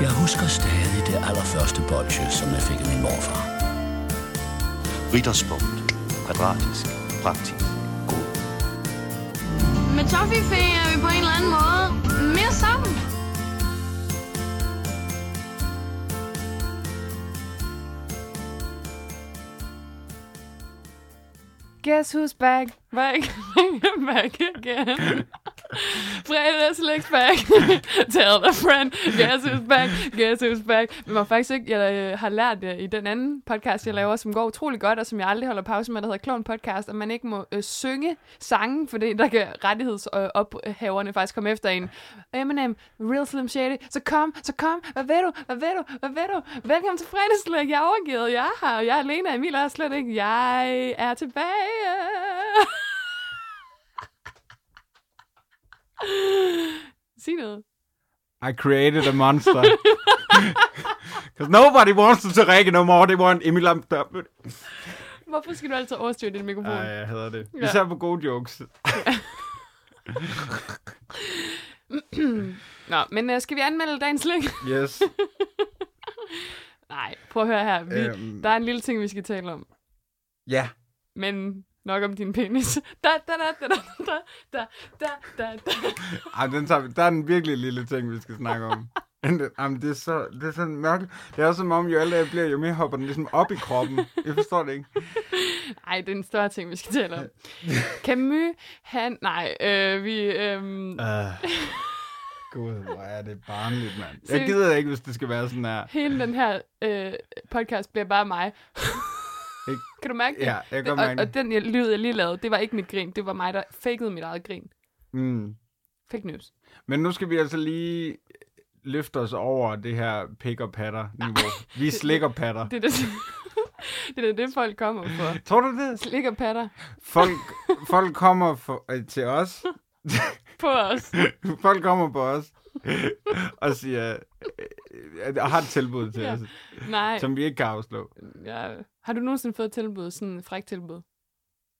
Jeg husker stadig det allerførste bolsje, som jeg fik af min morfar. Ritterspunkt. Kvadratisk. Praktisk. God. Med Toffifee er vi på en eller anden måde mere sammen. Guess who's back? Back, back again. Fredagslægs back. Tell the friend. Guess who's back? Guess who's back? Men man faktisk ikke, jeg øh, har lært det i den anden podcast, jeg laver, som går utrolig godt, og som jeg aldrig holder pause med, der hedder Klon Podcast, at man ikke må øh, synge sange, fordi der kan rettighedsophaverne faktisk komme efter en. Eminem, Real Slim Shady, så kom, så kom, hvad ved du, hvad ved du, hvad ved du? Velkommen til fredagslæg, jeg er overgivet, jeg er her, og jeg er alene, og Emil er her slet ikke, jeg er tilbage. Sig noget. I created a monster. Because nobody wants to Rikke no more. They want Emil Amter. Hvorfor skal du altid overstyre din mikrofon? Ej, jeg hader det. Ja. Især på gode jokes. Nå, men øh, skal vi anmelde dagens link? Yes. Nej, prøv at høre her. Vi, Øhm. Der er en lille ting, vi skal tale om. Ja. Men nok om din penis. Da, da, da, da, da, da, da, da, da, da. Ej, den tager vi. Der er en virkelig lille ting, vi skal snakke om. Jamen, det er så, det er så mørkt. Det er også som om, jo ældre jeg bliver, jo mere hopper den ligesom op i kroppen. Jeg forstår det ikke. Ej, det er en større ting, vi skal tale om. Camus, han... Nej, øh, vi... Øh, Uh, Gud, hvor er det barnligt, mand. Jeg Seriøst. gider ikke, hvis det skal være sådan her. hele den her øh, podcast bliver bare mig. Ikke? kan du mærke det? Ja, jeg kan godt og, mærke og det. den jeg, lyd, jeg lige lavede, det var ikke mit grin. Det var mig, der fakede mit eget grin. Mm. Fake news. Men nu skal vi altså lige løfte os over det her pik og patter niveau. Vi er slik og patter. Det er det, det, er det folk kommer for. Tror du det? Slik og patter Folk, folk kommer for, øh, til os. på os. Folk kommer på os og siger, øh, og har et tilbud til Ja. ja. os, Nej. som vi ikke kan afslå. Ja. Har du nogensinde fået tilbud, sådan en fræk tilbud?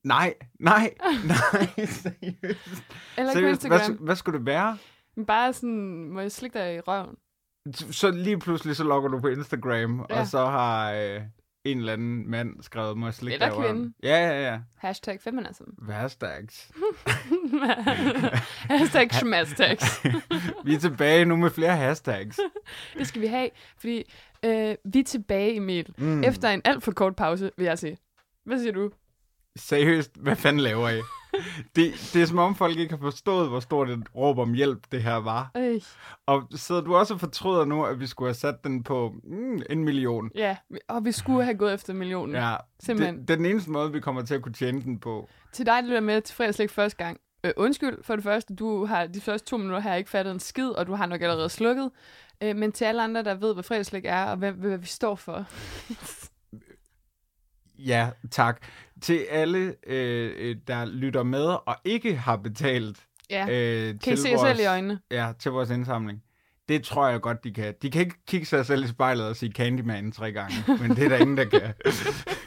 Nej, nej, nej, seriøst. Eller ikke på seriøst hvad, Instagram? sku- hvad skulle det være? Men bare sådan, må jeg slikke dig i røven? Så lige pludselig så logger du på Instagram, ja. Ja. og så har øh, en eller anden mand skrevet, må jeg slikke Eller dig i røven?" kvinde. Ja, ja, ja. Hashtag feminism. Værstags. Hashtag schmastags. vi er tilbage nu med flere hashtags. Det skal vi have, fordi øh, vi er tilbage, Emil. Mm. Mm. Efter en alt for kort pause, vil jeg sige. Hvad siger du? Seriøst, hvad fanden laver I? Det, det er som om folk ikke har forstået, hvor stort et råb om hjælp det her var. Øh, Og sidder du også og fortryder nu, at vi skulle have sat den på mm, en million? ja, vi- og vi skulle have gået efter millionen. Ja. Ja, Simpelthen. Det, det er den eneste måde, vi kommer til at kunne tjene den på. Til dig, der lytter med til fredagslæg første gang. Øh, undskyld for det første, du har de første to minutter her ikke fattet en skid, og du har nok allerede slukket. Øh, men til alle andre, der ved, hvad fredagslæg er, og hvad, hvad vi står for. Ja, tak. Til alle, øh, øh, der lytter med og ikke har betalt Ja, øh, øh, kan I til, se jer vores, selv i øjnene? Ja, til vores indsamling. Det tror jeg godt, de kan. De kan ikke kigge sig selv i spejlet og sige Candyman tre gange, men det er der ingen, der kan.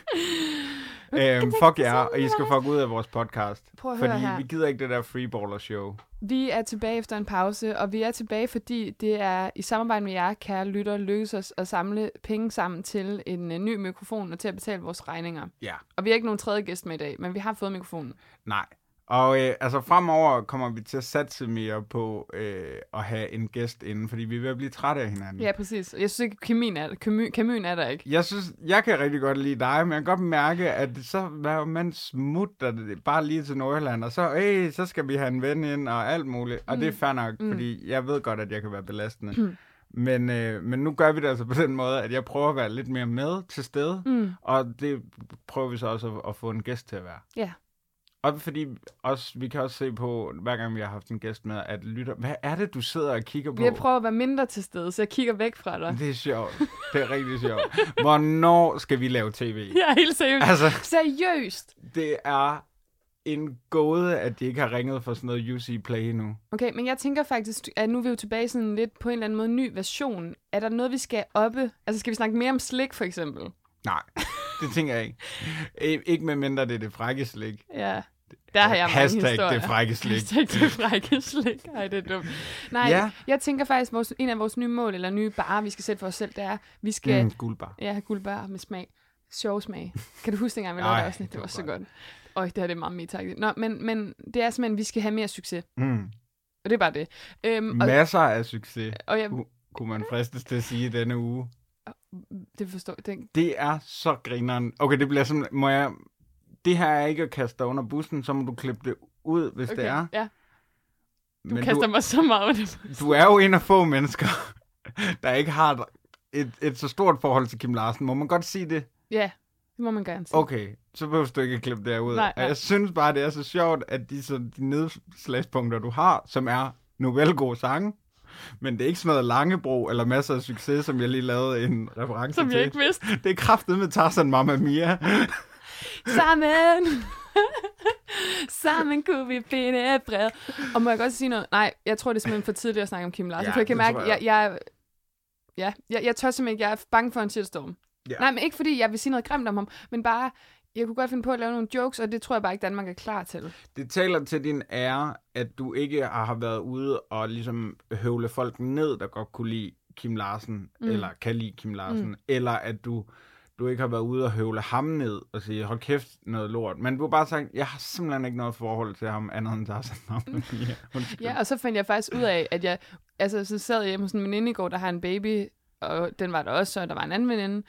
øhm, fuck jer, og I skal fuck ud af vores podcast. Prøv at høre fordi her. vi gider ikke det der freeballer-show. Vi er tilbage efter en pause, og vi er tilbage, fordi det er i samarbejde med jer, kære lytter, lykkes os at samle penge sammen til en øh, ny mikrofon og til at betale vores regninger. Ja, Og vi har ikke nogen tredje gæst med i dag, men vi har fået mikrofonen. nej. Og øh, altså fremover kommer vi til at satse mere på øh, at have en gæst inden, fordi vi er ved at blive trætte af hinanden. Ja, præcis. Jeg synes ikke, kemien er, kemy, kemien er der ikke. Jeg synes, jeg kan rigtig godt lide dig, men jeg kan godt mærke, at så hver man smutter det bare lige til Nordjylland, og så, øh, så skal vi have en ven ind og alt muligt. Og det er fair nok, mm. fordi jeg ved godt, at jeg kan være belastende. Mm. Men, øh, men nu gør vi det altså på den måde, at jeg prøver at være lidt mere med til stede, mm. og det prøver vi så også at, at få en gæst til at være. Ja. Og fordi også, vi kan også se på, hver gang vi har haft en gæst med, at lytter, hvad er det, du sidder og kigger på? Jeg prøver at være mindre til stede, så jeg kigger væk fra dig. Det er sjovt. Det er rigtig sjovt. Hvornår skal vi lave tv? Ja, helt seriøst. Altså, Seriøst! det er en gåde, at de ikke har ringet for sådan noget UC Play endnu. Okay, men jeg tænker faktisk, at nu er vi jo tilbage i sådan lidt på en eller anden måde ny version. Er der noget, vi skal oppe? Altså, skal vi snakke mere om slik, for eksempel? Nej, det tænker jeg ikke. Øh, Ikke med mindre det er det frække slik. Ja. Der har jeg mange Hashtag historier. det frække slik. Hashtag det frække slik. Ej, det er dumt. Nej, Ja. ja. jeg tænker faktisk, vores, en af vores nye mål, eller nye bare, vi skal sætte for os selv, det er, vi skal Mm, mm. guldbar. ja, have guldbar med smag. Sjov smag. Kan du huske dengang, vi Ej, lavede det afsnit? det Det var var så godt. Øj, det her det er meget metagtigt. Nå, men, men det er simpelthen, vi skal have mere succes. Mm. Og det er bare det. Øhm, og, Masser af succes, og jeg, ku- kunne man fristes til at sige i denne uge. det forstår det, Det er så grineren. Okay, det bliver sådan, må jeg... Det her er ikke at kaste dig under bussen, så må du klippe det ud, hvis okay, det er. Ja, du Men kaster du, mig så meget under du er jo en af få mennesker, der ikke har et, et, et så stort forhold til Kim Larsen. Må man godt sige det? Ja, det må man gerne sige. Okay, så behøver du ikke at klippe det her ud. Nej, Og nej. Jeg synes bare, det er så sjovt, at de, så, de nedslagspunkter, du har, som er novellgode sange, men det er ikke sådan noget Langebro eller masser af succes, som jeg lige lavede en reference Som til. jeg ikke vidste. Det er kraftet med Tarzan Mamma Mia. Sammen! Sammen kunne vi finde et brev. Og må jeg godt sige noget? Nej, jeg tror, det er simpelthen for tidligt at snakke om Kim Larsen. Ja, Ja, for jeg kan det mærke, tror jeg. jeg, jeg, ja, jeg, jeg tør simpelthen ikke. Jeg er bange for en shitstorm. Ja. Ja. Nej, men ikke fordi jeg vil sige noget grimt om ham, men bare, jeg kunne godt finde på at lave nogle jokes, og det tror jeg bare ikke, Danmark er klar til. Det taler til din ære, at du ikke har været ude og ligesom høvle folk ned, der godt kunne lide Kim Larsen, mm. eller kan lide Kim Larsen, mm. eller at du, du ikke har været ude og høvle ham ned og sige, hold kæft, noget lort. Men du har bare sagt, jeg har simpelthen ikke noget forhold til ham, andet end Tarzan Mamma Mia. Undskyld. Ja, og så fandt jeg faktisk ud af, at jeg, altså så sad jeg hjemme hos en veninde i går, der har en baby, og den var der også, og der var en anden veninde,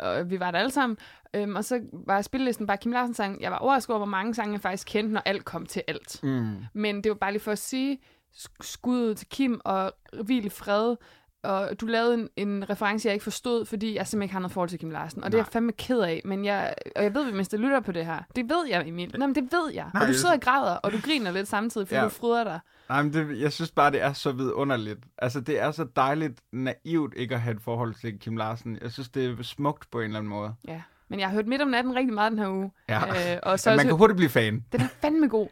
og vi var der alle sammen. Øhm, og så var spillelisten bare Kim Larsen sang. Jeg var overrasket over, hvor mange sange jeg faktisk kendte, når alt kom til alt. Mm. Men det var bare lige for at sige, sk- skuddet til Kim og hvil i fred, og du lavede en, en reference, jeg ikke forstod, fordi jeg simpelthen ikke har noget forhold til Kim Larsen. Og det er Nej. jeg fandme ked af, men jeg, og jeg ved, at mens lytter på det her, det ved jeg, Emil. Nej, men det ved jeg. Nej, og du det- sidder og græder, og du griner lidt samtidig, fordi Ja. ja. du fryder dig. Nej, men det, jeg synes bare, det er så vidunderligt. Altså, det er så dejligt naivt ikke at have et forhold til Kim Larsen. Jeg synes, det er smukt på en eller anden måde. Ja, men jeg har hørt midt om natten rigtig meget den her uge. Ja. Øh, og så Så har man jeg kan også, hurtigt blive fan. den er fandme god.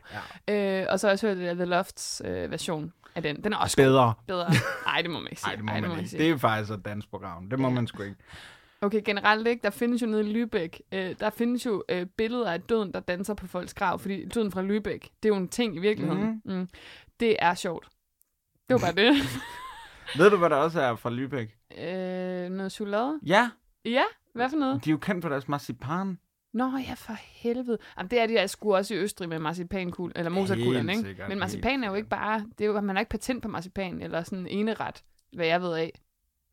Ja. Øh, og så har jeg også hørt øh, The Lofts øh, version af den. Den er også Bedre. bedre. Nej, det må man ikke sige. Nej, det må Ej, Ej, man må ikke. sige. Det er faktisk et dansprogram. Det må man sgu ikke. Okay, generelt ikke. Der findes jo nede i Lübeck, øh, der findes jo øh, billeder af døden, der danser på folks grav, fordi døden fra Lübeck, det er jo en ting i Mhm. virkeligheden. Mm. Mm. Det er sjovt. Det var bare det. Ved du, hvad der også er fra Lübeck? øh, noget chokolade? Ja, Ja, hvad for noget? de er jo kendt for deres marcipan. Nå ja, for helvede. Jamen, det er de der sgu også i Østrig med marcipankugl, eller mozartkuglerne, Helt ikke? sikkert, Men helt marcipan er jo ikke bare, det er jo, man har ikke patent på marcipan, eller sådan eneret, hvad jeg ved af,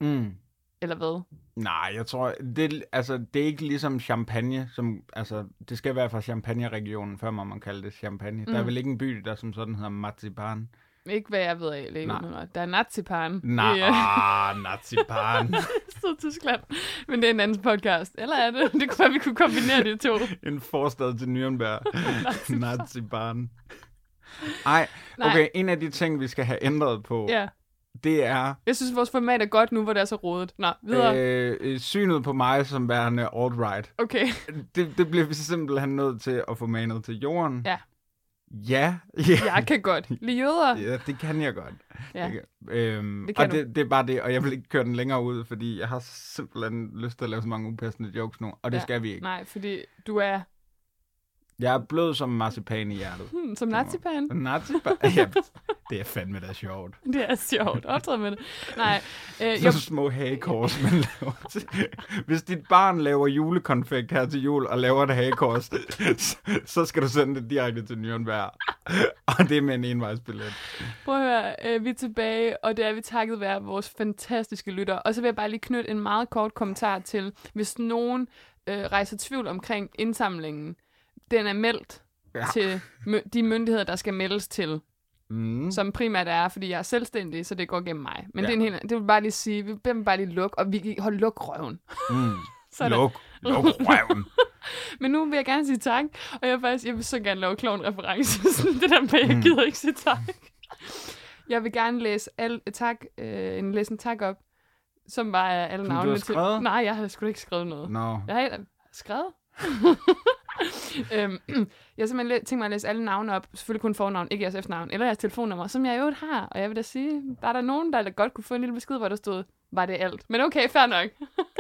Mm. eller hvad. Nej, jeg tror, det, altså, det er ikke ligesom champagne. Som, altså, det skal være fra champagne-regionen, før må man kalde det champagne. Mm. Der er vel ikke en by, der som sådan hedder marcipan. Ikke hvad jeg ved af, eller ikke Nej. noget. Der er nazipan. øh, Nej, Ja. yeah. nazipan. Så Tyskland. Men det er en anden podcast. Eller er det? Det kunne være, vi kunne kombinere de to. en forstad til Nürnberg. nazipan. Ej, okay, en af de ting, vi skal have ændret på, Ja. det er Jeg synes, vores format er godt nu, hvor det er så rodet. Nå, videre. øh, øh, synet på mig som værende alt-right. Okay. Det, det bliver vi simpelthen nødt til at få manet til jorden. Ja. Ja, ja. Jeg kan godt. Lige jøder. ja det kan jeg godt. Ja. Det kan- Øhm, Det kan og du. det, det er bare det, og jeg vil ikke køre den længere ud, fordi jeg har simpelthen lyst til at lave så mange upassende jokes nu, og det ja. Ja. skal vi ikke. Nej, fordi du er Jeg er blød som marcipan i hjertet. hmm, som nazipan. Nazipan? ja, det er fandme da sjovt. Det er sjovt. Optræd med det. Nej. Øh, Så jo, små hagekors, man laver til. Hvis dit barn laver julekonfekt her til jul og laver et hagekors, så- så skal du sende det direkte til Nürnberg. Og det er med en envejsbillet. prøv at høre. Øh, vi er tilbage, og det er vi takket være vores fantastiske lytter. Og så vil jeg bare lige knytte en meget kort kommentar til, hvis nogen øh, rejser tvivl omkring indsamlingen. Den er meldt Ja. ja. til my- de myndigheder, der skal meldes til. Mm. som primært er, fordi jeg er selvstændig, så det går gennem mig. Men Ja. ja. det, er en helt, det vil bare lige sige, vi vil bare lige lukke, og vi kan holde luk røven. Mm. Sådan. Luk, luk røven. Men nu vil jeg gerne sige tak, og jeg vil faktisk, jeg vil så gerne lave klovn reference, sådan det der med, Mm. jeg gider ikke sige tak. Jeg vil gerne læse, al, tak, øh, en, læse en tak op, som var af alle du har navnene til. skrevet? Nej, jeg har sgu da ikke skrevet noget. Nå, Jeg har ikke skrevet. øhm, jeg har simpelthen læ- tænkt mig at læse alle navne op, selvfølgelig kun fornavn, ikke jeres efternavn, eller jeres telefonnummer, som jeg i øvrigt har. Og jeg vil da sige, der er der nogen, der godt kunne få en lille besked, hvor der stod, var det alt. Men okay, fair nok.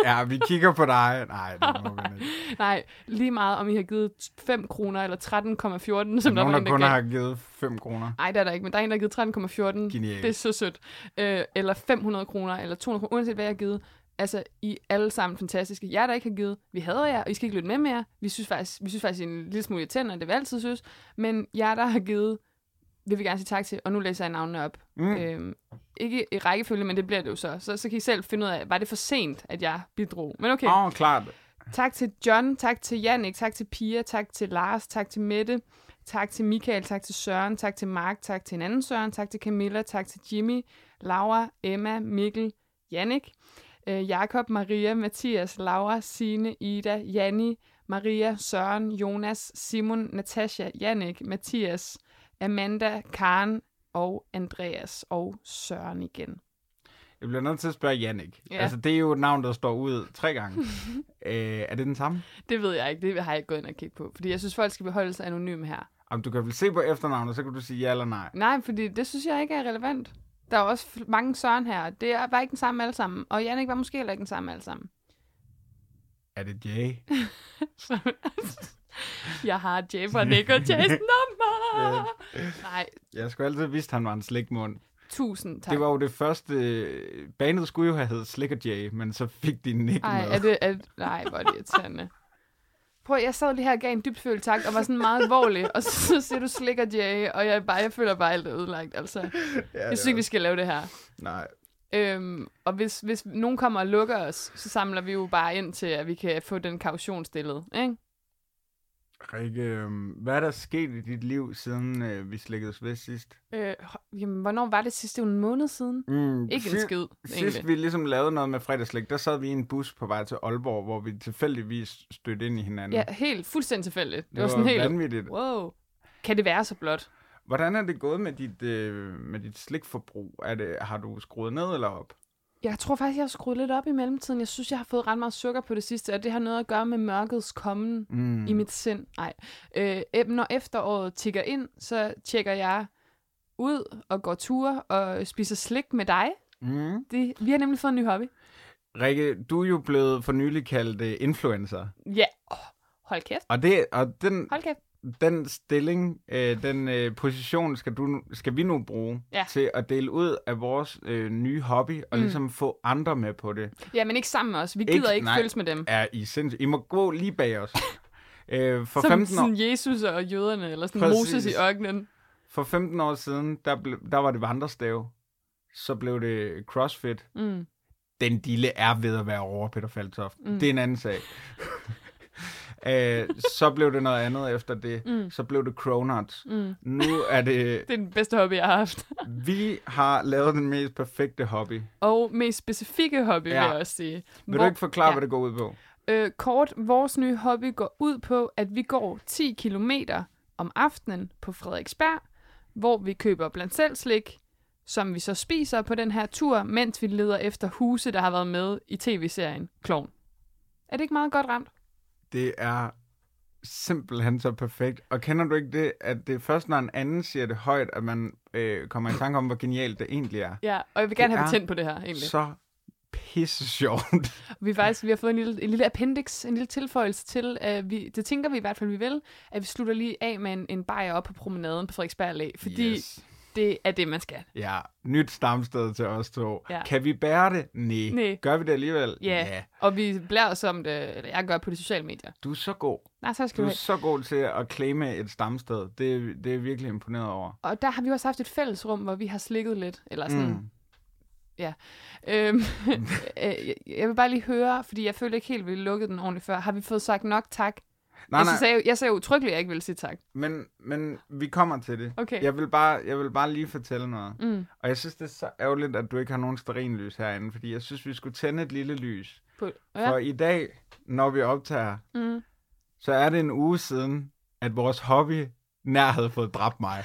Ja, vi kigger på dig. Nej, det må vi ikke. Nej, lige meget om I har givet 5 kroner eller 13,14, som der var Nogen, en, der der kun gav. har givet 5 kroner. Nej, det er der ikke, men der er en, der har givet 13,14. Genialt. Det er så sødt. Øh, eller 500 kroner, eller 200 kroner, uanset hvad jeg har givet. Altså, I er alle sammen fantastiske. Jeg der ikke har givet, vi hader jer, og I skal ikke lytte med mere. Vi synes faktisk, vi synes faktisk I er en lille smule irriterende, og det vil jeg altid synes. Men jeg der har givet, vil vi gerne sige tak til, og nu læser jeg navnene op. Mm. Øhm, ikke i rækkefølge, men det bliver det jo så. så. Så kan I selv finde ud af, var det for sent, at jeg bidrog. Men okay. Åh, oh, klart. Tak til John, tak til Jannik, tak til Pia, tak til Lars, tak til Mette, tak til Michael, tak til Søren, tak til Mark, tak til en anden Søren, tak til Camilla, tak til Jimmy, Laura, Emma, Mikkel, Jannik, øh, Jakob, Maria, Mathias, Laura, Sine, Ida, Janni, Maria, Søren, Jonas, Simon, Natasha, Jannik, Mathias, Amanda, Karen og Andreas og Søren igen. Jeg bliver nødt til at spørge Jannik. Ja. Ja. Altså, det er jo et navn, der står ud tre gange. øh, er det den samme? Det ved jeg ikke, det har jeg ikke gået ind og kigget på, fordi jeg synes, folk skal beholde sig anonyme her. Om du kan vel se på efternavnet, så kan du sige ja eller nej. Nej, fordi det synes jeg ikke er relevant. Der er også f- mange Søren her, og det er bare ikke den samme alle sammen. Og Jannik var måske heller ikke den samme alle sammen. Er det Jay? jeg har Jay fra Nick og Jays nummer! Nej, Jeg skulle altid have vidst, at han var en slikmund. tusind tak. Det var jo det første... øh, Banet skulle jo have heddet Slik og Jay, men så fik de Nick Ej, med. er det, er, nej, hvor er det irriterende. Prøv, jeg sad lige her og gav en dybfølt tak, og var sådan meget alvorlig, og så siger du slik og Jay, og jeg, bare, jeg føler bare, alt er ødelagt, altså. ja, Jeg synes ikke, vi skal lave det her. Nej. Øhm, og hvis, hvis nogen kommer og lukker os, så samler vi jo bare ind til, at vi kan få den kaution stillet, ikke? Rikke, øhm, hvad er der sket i dit liv, siden øh, vi slikkedes ved sidst? Øh, hå- jamen, hvornår var det sidst? Det var en måned siden. Mm, Ikke en skid, Sidst egentlig. vi ligesom lavede noget med fredagslæg, der sad vi i en bus på vej til Aalborg, hvor vi tilfældigvis stødte ind i hinanden. Ja, helt fuldstændig tilfældigt. Det, det var sådan helt, vanvittigt. wow, kan det være så blot? Hvordan er det gået med dit, øh, med dit slikforbrug? Er det, har du skruet ned eller op? Jeg tror faktisk, jeg har skruet lidt op i mellemtiden. Jeg synes, jeg har fået ret meget sukker på det sidste, og det har noget at gøre med mørkets kommen mm. i mit sind. Nej. Øh, eb- når efteråret tigger ind, så tjekker jeg ud og går ture og spiser slik med dig. Mm. Det, vi har nemlig fået en ny hobby. Rikke, du er jo blevet for nylig kaldt øh, influencer. Ja, oh, hold kæft. Og, det, og den, Hold kæft. den stilling, øh, den øh, position, skal, du, nu- skal vi nu bruge Ja. til at dele ud af vores øh, nye hobby, og mm. ligesom få andre med på det. Ja, men ikke sammen med os. Vi gider ikke, ikke nej. følges med dem. Er I sindssygt? I må gå lige bag os. øh, for, som 15 år, sådan Jesus og jøderne, eller sådan Præcis. Moses i ørkenen. for 15 år siden, der, ble, der var det vandrestave. Så blev det CrossFit. Mm. Den dille er ved at være over, Peter Faltoft. Mm. Det er en anden sag. øh, så blev det noget andet efter det. Mm. Så blev det Cronuts. Mm. Nu er det... Det er den bedste hobby, jeg har haft. Vi har lavet den mest perfekte hobby. Og mest specifikke hobby, ja. Ja. vil jeg også sige. Vil Hvor... du ikke forklare, ja. hvad det går ud på? Øh, kort, vores nye hobby går ud på, at vi går 10 km om aftenen på Frederiksberg, hvor vi køber blandt selv slik, som vi så spiser på den her tur, mens vi leder efter huse, der har været med i tv-serien Klovn. Er det ikke meget godt ramt? Det er simpelthen så perfekt. Og kender du ikke det, at det er først, når en anden siger det højt, at man øh, kommer i tanke om, hvor genialt det egentlig er? Ja, og jeg vil gerne Det have er patent på det her, egentlig. Så pisse sjovt. Vi, er faktisk, vi har fået en lille, en lille appendix, en lille tilføjelse til, at vi, det tænker vi i hvert fald, vi vil, at vi slutter lige af med en, en bajer op på promenaden på Frederiksberg Allé, fordi yes. det er det, man skal. Ja, nyt stamsted til os to. Ja. Ja. Kan vi bære det? Nej. Næ. Gør vi det alligevel? Ja, yeah. yeah. og vi bliver os om det, eller jeg gør på de sociale medier. Du er så god. Nej, så skal Du du er have. så god til at claime et stamsted. Det, det er jeg virkelig imponeret over. Og der har vi også haft et fællesrum, hvor vi har slikket lidt, eller sådan. Mm. Ja. Øhm, øh, jeg- jeg vil bare lige høre, fordi jeg følte ikke helt, at vi lukkede den ordentligt før. Har vi fået sagt nok tak? Nej, jeg, nej, Sagde, jeg sagde utryggeligt, at jeg ikke ville sige tak. men, men vi kommer til det. Okay. Jeg, vil bare, jeg vil bare lige fortælle noget. Mm. Og jeg synes, det er så ærgerligt, at du ikke har nogen sterinlys herinde, fordi jeg synes, vi skulle tænde et lille lys. På, Ja. For ja. i dag, når vi optager, Mm. så er det en uge siden, at vores hobby nær havde fået dræbt mig.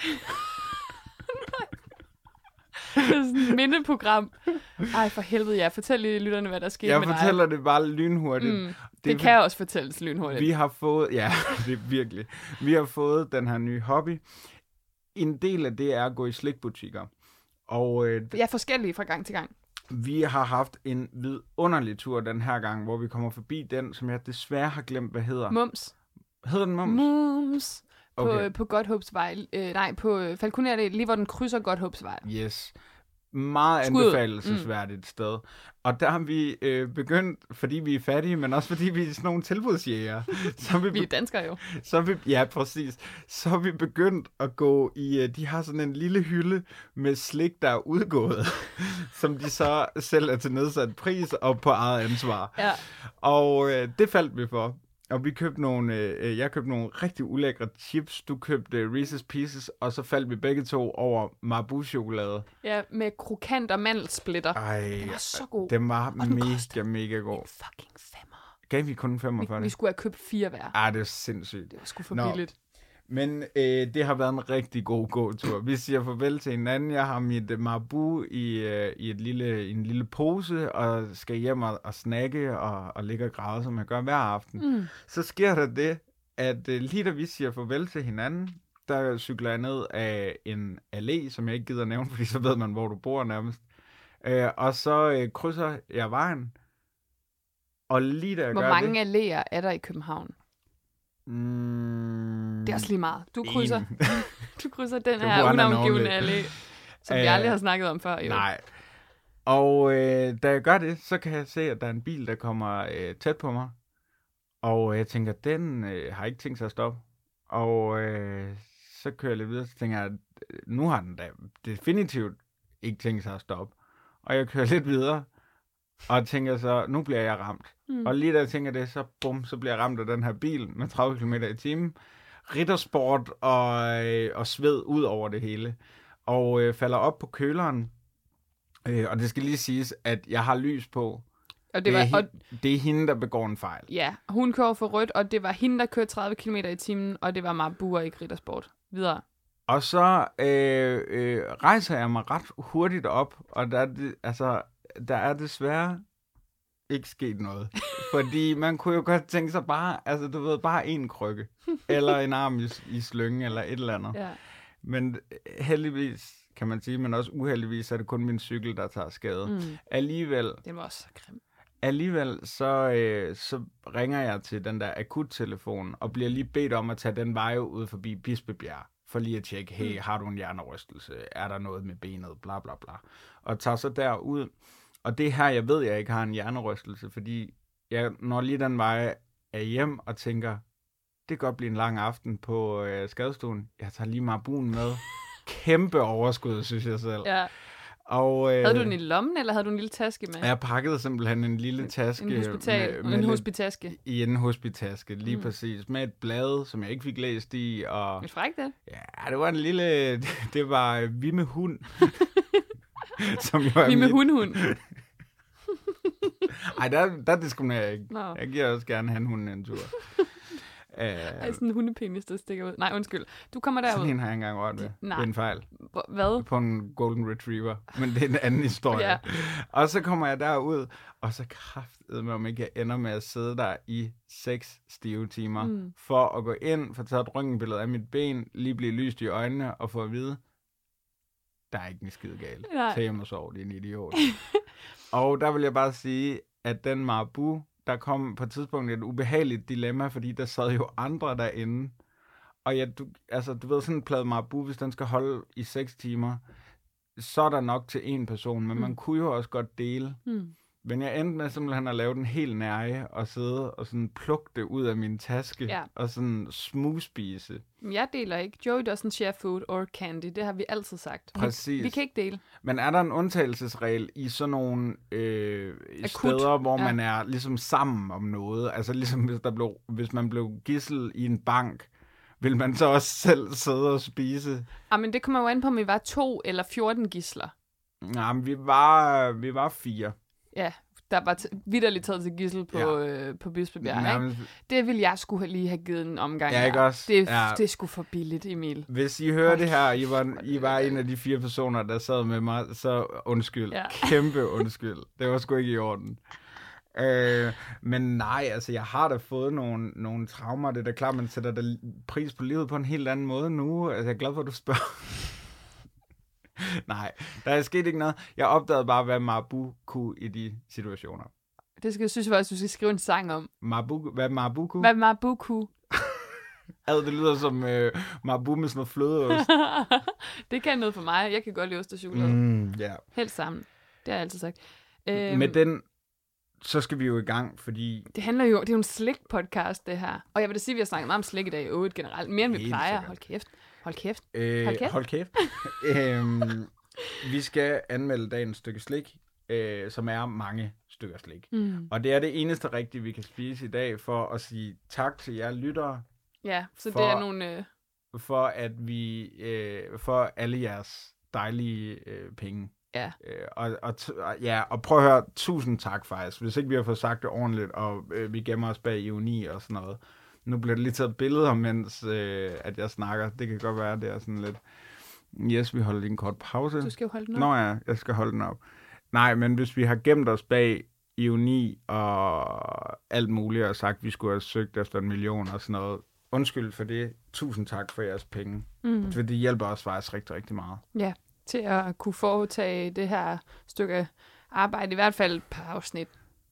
Det er sådan et mindeprogram. Ej, for helvede, ja. Fortæl lige lytterne, hvad der skete Jeg med fortæller det bare lynhurtigt. Mm. dig. Det er Det kan også fortælles lynhurtigt. Vi har fået, ja, det er virkelig. Vi har fået den her nye hobby. En del af det er at gå i slikbutikker. Og øh, Jeg er forskellige fra gang til gang. Vi har haft en vidunderlig tur den her gang, hvor vi kommer forbi den, som jeg desværre har glemt, hvad hedder. Mums. hedder den Mums? Mums. På, Okay. okay. på Godthåbsvej. Øh, nej, på Falconer, lige hvor den krydser Godthåbsvej. Yes. Meget Skud. anbefalelsesværdigt mm. sted. Og der har vi øh, begyndt, fordi vi er fattige, men også fordi vi er sådan nogle tilbudsjæger. Så er vi, Vi er be- danskere jo. så er vi, ja, præcis. Så er vi begyndt at gå i... Øh, de har sådan en lille hylde med slik, der er udgået, som de så sælger til nedsat pris og på eget ansvar. Ja. Og øh, det faldt vi for. Og vi købte nogle, øh, øh, jeg købte nogle rigtig ulækre chips, du købte øh, Reese's Pieces, og så faldt vi begge to over Marabu-chokolade. ja, med krokant og mandelsplitter. Ej, Den var så god. Den var Og den mega, kostede mega god. Fucking femmer. Gav vi kun 45? Vi, vi skulle have købt fire hver. Ej, det er sindssygt. Det var sgu for Ah, Nå. billigt. Men øh, det har været en rigtig god gåtur. Vi siger farvel til hinanden. Jeg har mit øh, marabu i, øh, i et lille, i en lille pose, og skal hjem og, og snakke og, og ligge og græde, som jeg gør hver aften. Mm. Så sker der det, at øh, lige da vi siger farvel til hinanden, der cykler jeg ned af en allé, som jeg ikke gider nævne, fordi så ved man, hvor du bor nærmest. Øh, og så øh, krydser jeg vejen. Og lige da jeg Hvor gør mange det... alléer er der i København? Mm, Det er også lige meget. Du En. krydser, du krydser den Det her burde han have unavngivende navnet. allé, som vi Øh, aldrig har snakket om før. Jo. Nej. Og øh, da jeg gør det, så kan jeg se, at der er en bil, der kommer øh, tæt på mig. Og jeg tænker, den øh, har ikke tænkt sig at stoppe. Og øh, så kører jeg lidt videre, så tænker jeg, at øh, nu har den da definitivt ikke tænkt sig at stoppe. Og jeg kører lidt videre, og tænker så, nu bliver jeg ramt. Mm. Og lige da jeg tænker det, så bum, så bliver jeg ramt af den her bil med 30 km i timen. Riddersport og, øh, og sved ud over det hele. Og øh, falder op på køleren. Øh, og det skal lige siges, at jeg har lys på. Og det var, det, er, og, hi- det er hende, der begår en fejl. ja, hun kører for rødt, og det var hende, der kørte 30 km i timen, og det var Marabu og ikke Riddersport. Videre. Og så øh, øh, rejser jeg mig ret hurtigt op, og der er, det, altså, der er desværre ikke sket noget. Fordi man kunne jo godt tænke sig bare, altså du ved, bare en krykke, eller en arm i, i slyngen, eller et eller andet. Ja. Ja. Men øh, heldigvis, kan man sige, men også uheldigvis, er det kun min cykel, der tager skade. Mm. Alligevel, Den var også så grim. alligevel så, øh, så ringer jeg til den der akuttelefon og bliver lige bedt om at tage den vej ud forbi Bispebjerg for lige at tjekke, hey, Mm. har du en hjernerystelse? Er der noget med benet? Bla, bla, bla. Og tager så derud. Og det er her, jeg ved, jeg ikke har en hjernerystelse, fordi jeg når lige den vej af hjem og tænker, det kan godt blive en lang aften på øh, skadestuen. Jeg tager lige marbuen med. Kæmpe overskud, synes jeg selv. Ja. Og, øh, Havde du den i lommen, eller havde du en lille taske med? jeg pakkede simpelthen en lille taske en hospital, med, med, med en lidt- hospitalske. i en hospitaske, lige mm. præcis, med et blad, som jeg ikke fik læst i, og Et fræk, det. ja, det var en lille, det var øh, Vimme Hund, som jo er Vi med mit- hundhund. Ej, der, der diskriminerer jeg ikke. Nå. Jeg giver også gerne han hunden en tur. Øh, Æh, Ej, sådan en hundepenis, der stikker ud. Nej, undskyld. Du kommer sådan derud. en har jeg ikke engang rørt ved. Det Nej. er en fejl. Hvor- Hvad? på en golden retriever, men det er en anden historie. Ja. ja. Og så kommer jeg derud, og så kraftede mig, om ikke jeg ender med at sidde der i seks stive timer, mm. for at gå ind, få taget et røntgenbillede af mit ben, lige blive lyst i øjnene, og få at vide, der er ikke en skid galt. Nej. Tag hjem og sov, din idiot. og der vil jeg bare sige, at den marabu, der kom på et tidspunkt et ubehageligt dilemma, fordi der sad jo andre derinde, og ja, du, altså, du ved, sådan en plade marabu, hvis den skal holde i 6 timer, så er der nok til en person, men mm. man kunne jo også godt dele. Mm. Men jeg endte med simpelthen at lave den helt nære og sidde og sådan plukke det ud af min taske Ja. og sådan smugspise. Jeg deler ikke. Joey doesn't share food or candy. Det har vi altid sagt. Vi- Præcis. Vi kan ikke dele. Men er der en undtagelsesregel i sådan nogle øh, Akut. steder, hvor Ja. ja. man er ligesom sammen om noget? Altså ligesom hvis, der blev, hvis man blev gissel i en bank, vil man så også selv sidde og spise? Ah, men det kommer jo an på, om vi var to eller 14 gisler. Nej, men vi var, vi var fire. Ja, der var t- vidderligt taget til gissel på, ja. Ja. øh, på Bispebjerg. Ja, ikke? Nærmest Det ville jeg skulle lige have givet en omgang. Ja, der. ikke også? Det, Ja. det er sgu for billigt, Emil. Hvis I hører Hold det her, I kæft, var, hvor er I det var en lækkert. af de fire personer, der sad med mig, så undskyld. Ja. Ja. Kæmpe undskyld. Det var sgu ikke i orden. Øh, men nej, altså jeg har da fået nogle, nogle traumer. Det er da klart, man sætter da pris på livet på en helt anden måde nu. Altså jeg er glad for, at du spørger. Nej, der er sket ikke noget. Jeg opdagede bare, hvad Mabu kunne i de situationer. Det skal, synes jeg faktisk, du skal skrive en sang om. Mabu, hvad Mabu kunne? Hvad Mabuku? Ad, det lyder som øh, Mabu med sådan noget flødeost. det kan noget for mig. Jeg kan godt lide ost og chokolade. Mm. mm, ja. Helt sammen. Det har jeg altid sagt. Øhm. Med den, så skal vi jo i gang, fordi Det handler jo, det er jo en slik-podcast, det her. Og jeg vil da sige, at vi har snakket meget om slik i dag i øvrigt generelt. Mere end vi Helt plejer. sikkert. Hold kæft. Hold kæft. Øh, Hold kæft. Hold kæft. øhm, vi skal anmelde dagens stykke slik, øh, som er mange stykker slik. Mm. Og det er det eneste rigtige, vi kan spise i dag, for at sige tak til jer lyttere, Ja, så For- det er nogle... Øh, for at vi øh, for alle jeres dejlige øh, penge. Ja. Øh, og, og, t- og, ja, og prøv at høre, tusind tak faktisk, hvis ikke vi har fået sagt det ordentligt, og øh, vi gemmer os bag ironi og sådan noget. Nu bliver der lige taget billeder, mens øh, at jeg snakker. Det kan godt være, det er sådan lidt... Yes, vi holder lige en kort pause. du skal jo holde den op. Nå ja, jeg skal holde den op. Nej, men hvis vi har gemt os bag ironi og alt muligt, og sagt, at vi skulle have søgt efter en million og sådan noget. Undskyld for det. Tusind tak for jeres penge. Mm. For det hjælper os faktisk rigtig, rigtig meget. Ja, til at kunne foretage det her stykke arbejde, i hvert fald et par afsnit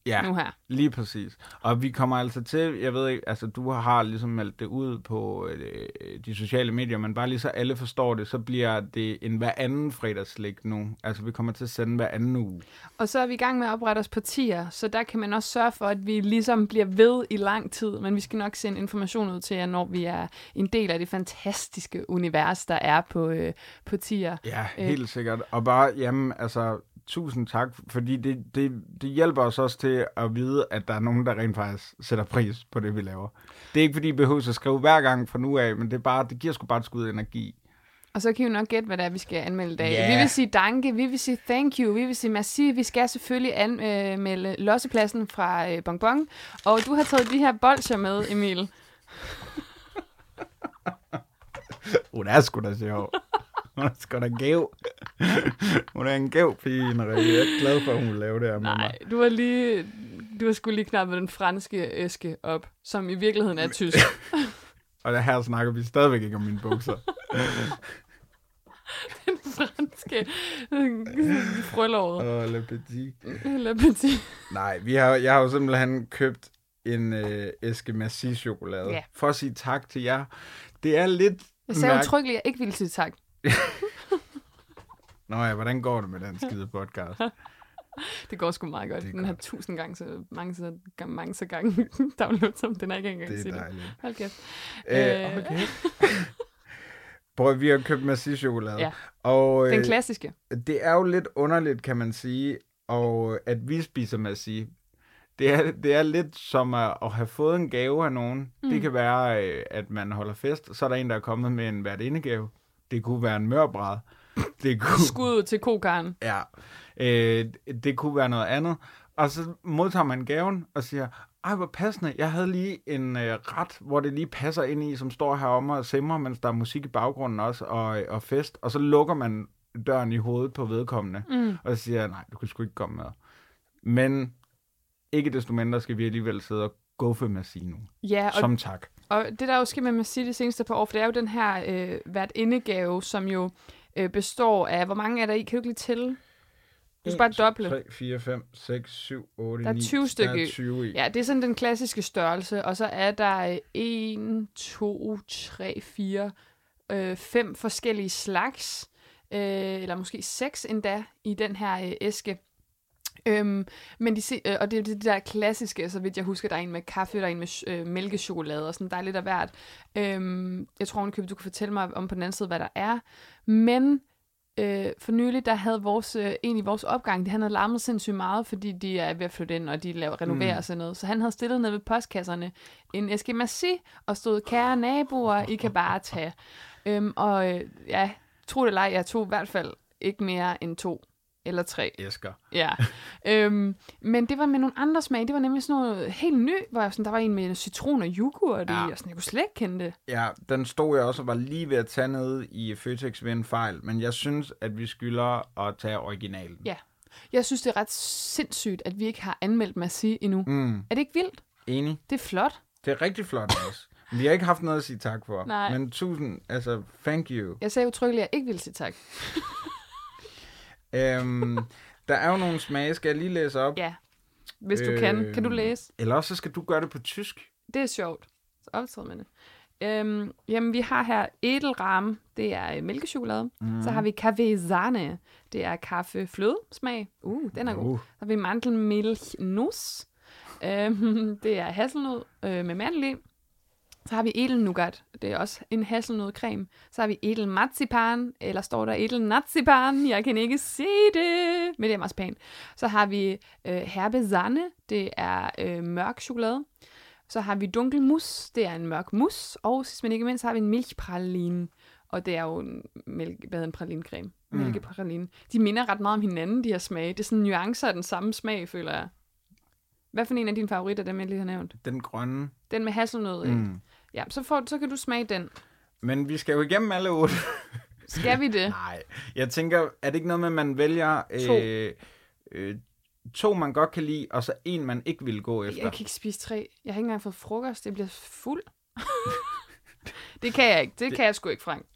Ja, nu her. lige præcis. Og vi kommer altså til, jeg ved ikke, altså du har ligesom meldt det ud på øh, de sociale medier, men bare lige så alle forstår det, så bliver det en hver anden fredagslæg nu. Altså vi kommer til at sende hver anden uge. Og så er vi i gang med at oprette os partier, så der kan man også sørge for, at vi ligesom bliver ved i lang tid, men vi skal nok sende information ud til jer, når vi er en del af det fantastiske univers, der er på, øh, på tier. Ja, Øh. helt sikkert. Og bare, jamen, altså, tusind tak, fordi det, det, det hjælper os også til at vide, at der er nogen, der rent faktisk sætter pris på det, vi laver. Det er ikke, fordi I behøver at skrive hver gang fra nu af, men det, er bare, det giver sgu bare et skud energi. Og så kan I jo nok gætte, hvad det er, vi skal anmelde i dag. Ja. Yeah. Vi vil sige danke, vi vil sige thank you, vi vil sige merci. Vi skal selvfølgelig anmelde Lossepladsen fra øh, Bonbon. Og du har taget de her bolcher med, Emil. Hun er sgu da sjov. Hun er sgu da gæv. Hun er en gæv pige, Marie. Jeg er ikke glad for, at hun vil lave det her med mig. Nej, du har lige... Du har skulle lige knappet den franske æske op, som i virkeligheden er tysk. Og det her snakker vi stadigvæk ikke om mine bukser. den franske øh, frølåret. Åh, le petit. Eller petit. Nej, vi har, jeg har jo simpelthen købt en øh, æske Merci-chokolade. Ja. For at sige tak til jer. Det er lidt... Jeg sagde mærk- utryggeligt, at jeg ikke ville sige tak. Nå ja, hvordan går det med den skide podcast? Det går sgu meget godt. Det er Den har tusind gange så mange så, mange så gange downloads, som den er ikke engang Det er sige det. dejligt. Hold kæft. Øh, Øh. okay. Prøv at vi har købt Merci-chokolade. Ja. Og Den øh, klassiske. det er jo lidt underligt, kan man sige, og øh, at vi spiser Merci. Det er, det er lidt som at, at have fået en gave af nogen. Mm. Det kan være, øh, at man holder fest, så er der en, der er kommet med en værtindegave. Det kunne være en mørbræd. Det kunne, Skud ud til kokaren. Ja, øh, det kunne være noget andet. Og så modtager man gaven og siger, ej, hvor passende, jeg havde lige en øh, ret, hvor det lige passer ind i, som står heromme og simmer, mens der er musik i baggrunden også, og, og fest. Og så lukker man døren i hovedet på vedkommende, mm. og siger, nej, du kan sgu ikke komme med. Men ikke desto mindre skal vi alligevel sidde og guffe med sige nu. Ja, og, Som tak. og det der jo sker med Messi de seneste par år, for det er jo den her øh, hvert indegave, som jo øh, består af, hvor mange er der i? Kan du ikke lige tælle? Du Øh, skal bare doble. 3, 4, 5, 6, 7, 8, Der er 9. 20 Der er stykker. 20 i. Ja, det er sådan den klassiske størrelse, og så er der øh, 1, 2, 3, 4, 5 øh, forskellige slags, øh, eller måske 6 endda, i den her øh, æske. Øhm, men de se, øh, og det er det der klassiske, så vidt jeg husker, der er en med kaffe, der er en med ch- øh, mælkechokolade og sådan, der er lidt af hvert. Øhm, jeg tror, Køb, du kan fortælle mig om på den anden side, hvad der er. Men øh, for nylig, der havde vores, øh, en i vores opgang, det, han havde larmet sindssygt meget, fordi de er ved at flytte ind, og de laver, renoverer mm. og sådan noget. Så han havde stillet ned ved postkasserne en æske Merci, og stod, kære naboer, I kan bare tage. øhm, og øh, ja, tro det eller ej, jeg tog i hvert fald ikke mere end to eller tre. Æsker. Ja. øhm, men det var med nogle andre smag. Det var nemlig sådan noget helt ny, hvor jeg sådan, der var en med citron og yoghurt ja. Ja. i, og sådan, jeg kunne slet ikke kende det. Ja, den stod jeg også og var lige ved at tage ned i Føtex ved en fejl, men jeg synes, at vi skylder at tage originalen. Ja. Jeg synes, det er ret sindssygt, at vi ikke har anmeldt Merci endnu. Mm. Er det ikke vildt? Enig? Det er flot. Det er rigtig flot også. Vi har ikke haft noget at sige tak for. Nej. Men tusind, altså, thank you. Jeg sagde utryggeligt, at jeg ikke ville sige tak. Øhm, der er jo nogle smage, skal jeg lige læse op? Ja. Hvis du kan. Kan du læse? Eller også så skal du gøre det på tysk. Det er sjovt. Så optræd med det. Øhm, jamen, vi har her edelram, det er øh, mælkechokolade. Mm. Så har vi kaffezane, det er kaffeflødesmag. Uh, den er god. Uh. Så har vi mandelmilchnus, øhm, det er hasselnød øh, med mandel i. Så har vi edelnougat, det er også en hasselnødcreme. Så har vi edelmarzipan, eller står der edelnazipan, jeg kan ikke se det, men det er marcipan. Så har vi øh, herbezanne, det er øh, mørk chokolade. Så har vi dunkel mus, det er en mørk mus, og sidst men ikke mindst har vi en milkpraline, og det er jo en, mælk, hvad hedder en pralinecreme. Mælkepraline. Mm. De minder ret meget om hinanden, de her smage. Det er sådan nuancer af den samme smag, føler jeg. Hvad for en af dine favoritter, dem jeg lige har nævnt? Den grønne. Den med hasselnød, mm. ikke? Ja, så, får, så kan du smage den. Men vi skal jo igennem alle otte. Skal vi det? Nej, jeg tænker, er det ikke noget med, at man vælger To. øh, øh, to, man godt kan lide, og så en, man ikke vil gå efter? Jeg kan ikke spise tre. Jeg har ikke engang fået frokost. Jeg bliver fuld. det kan jeg ikke. Det, det kan jeg sgu ikke, Frank.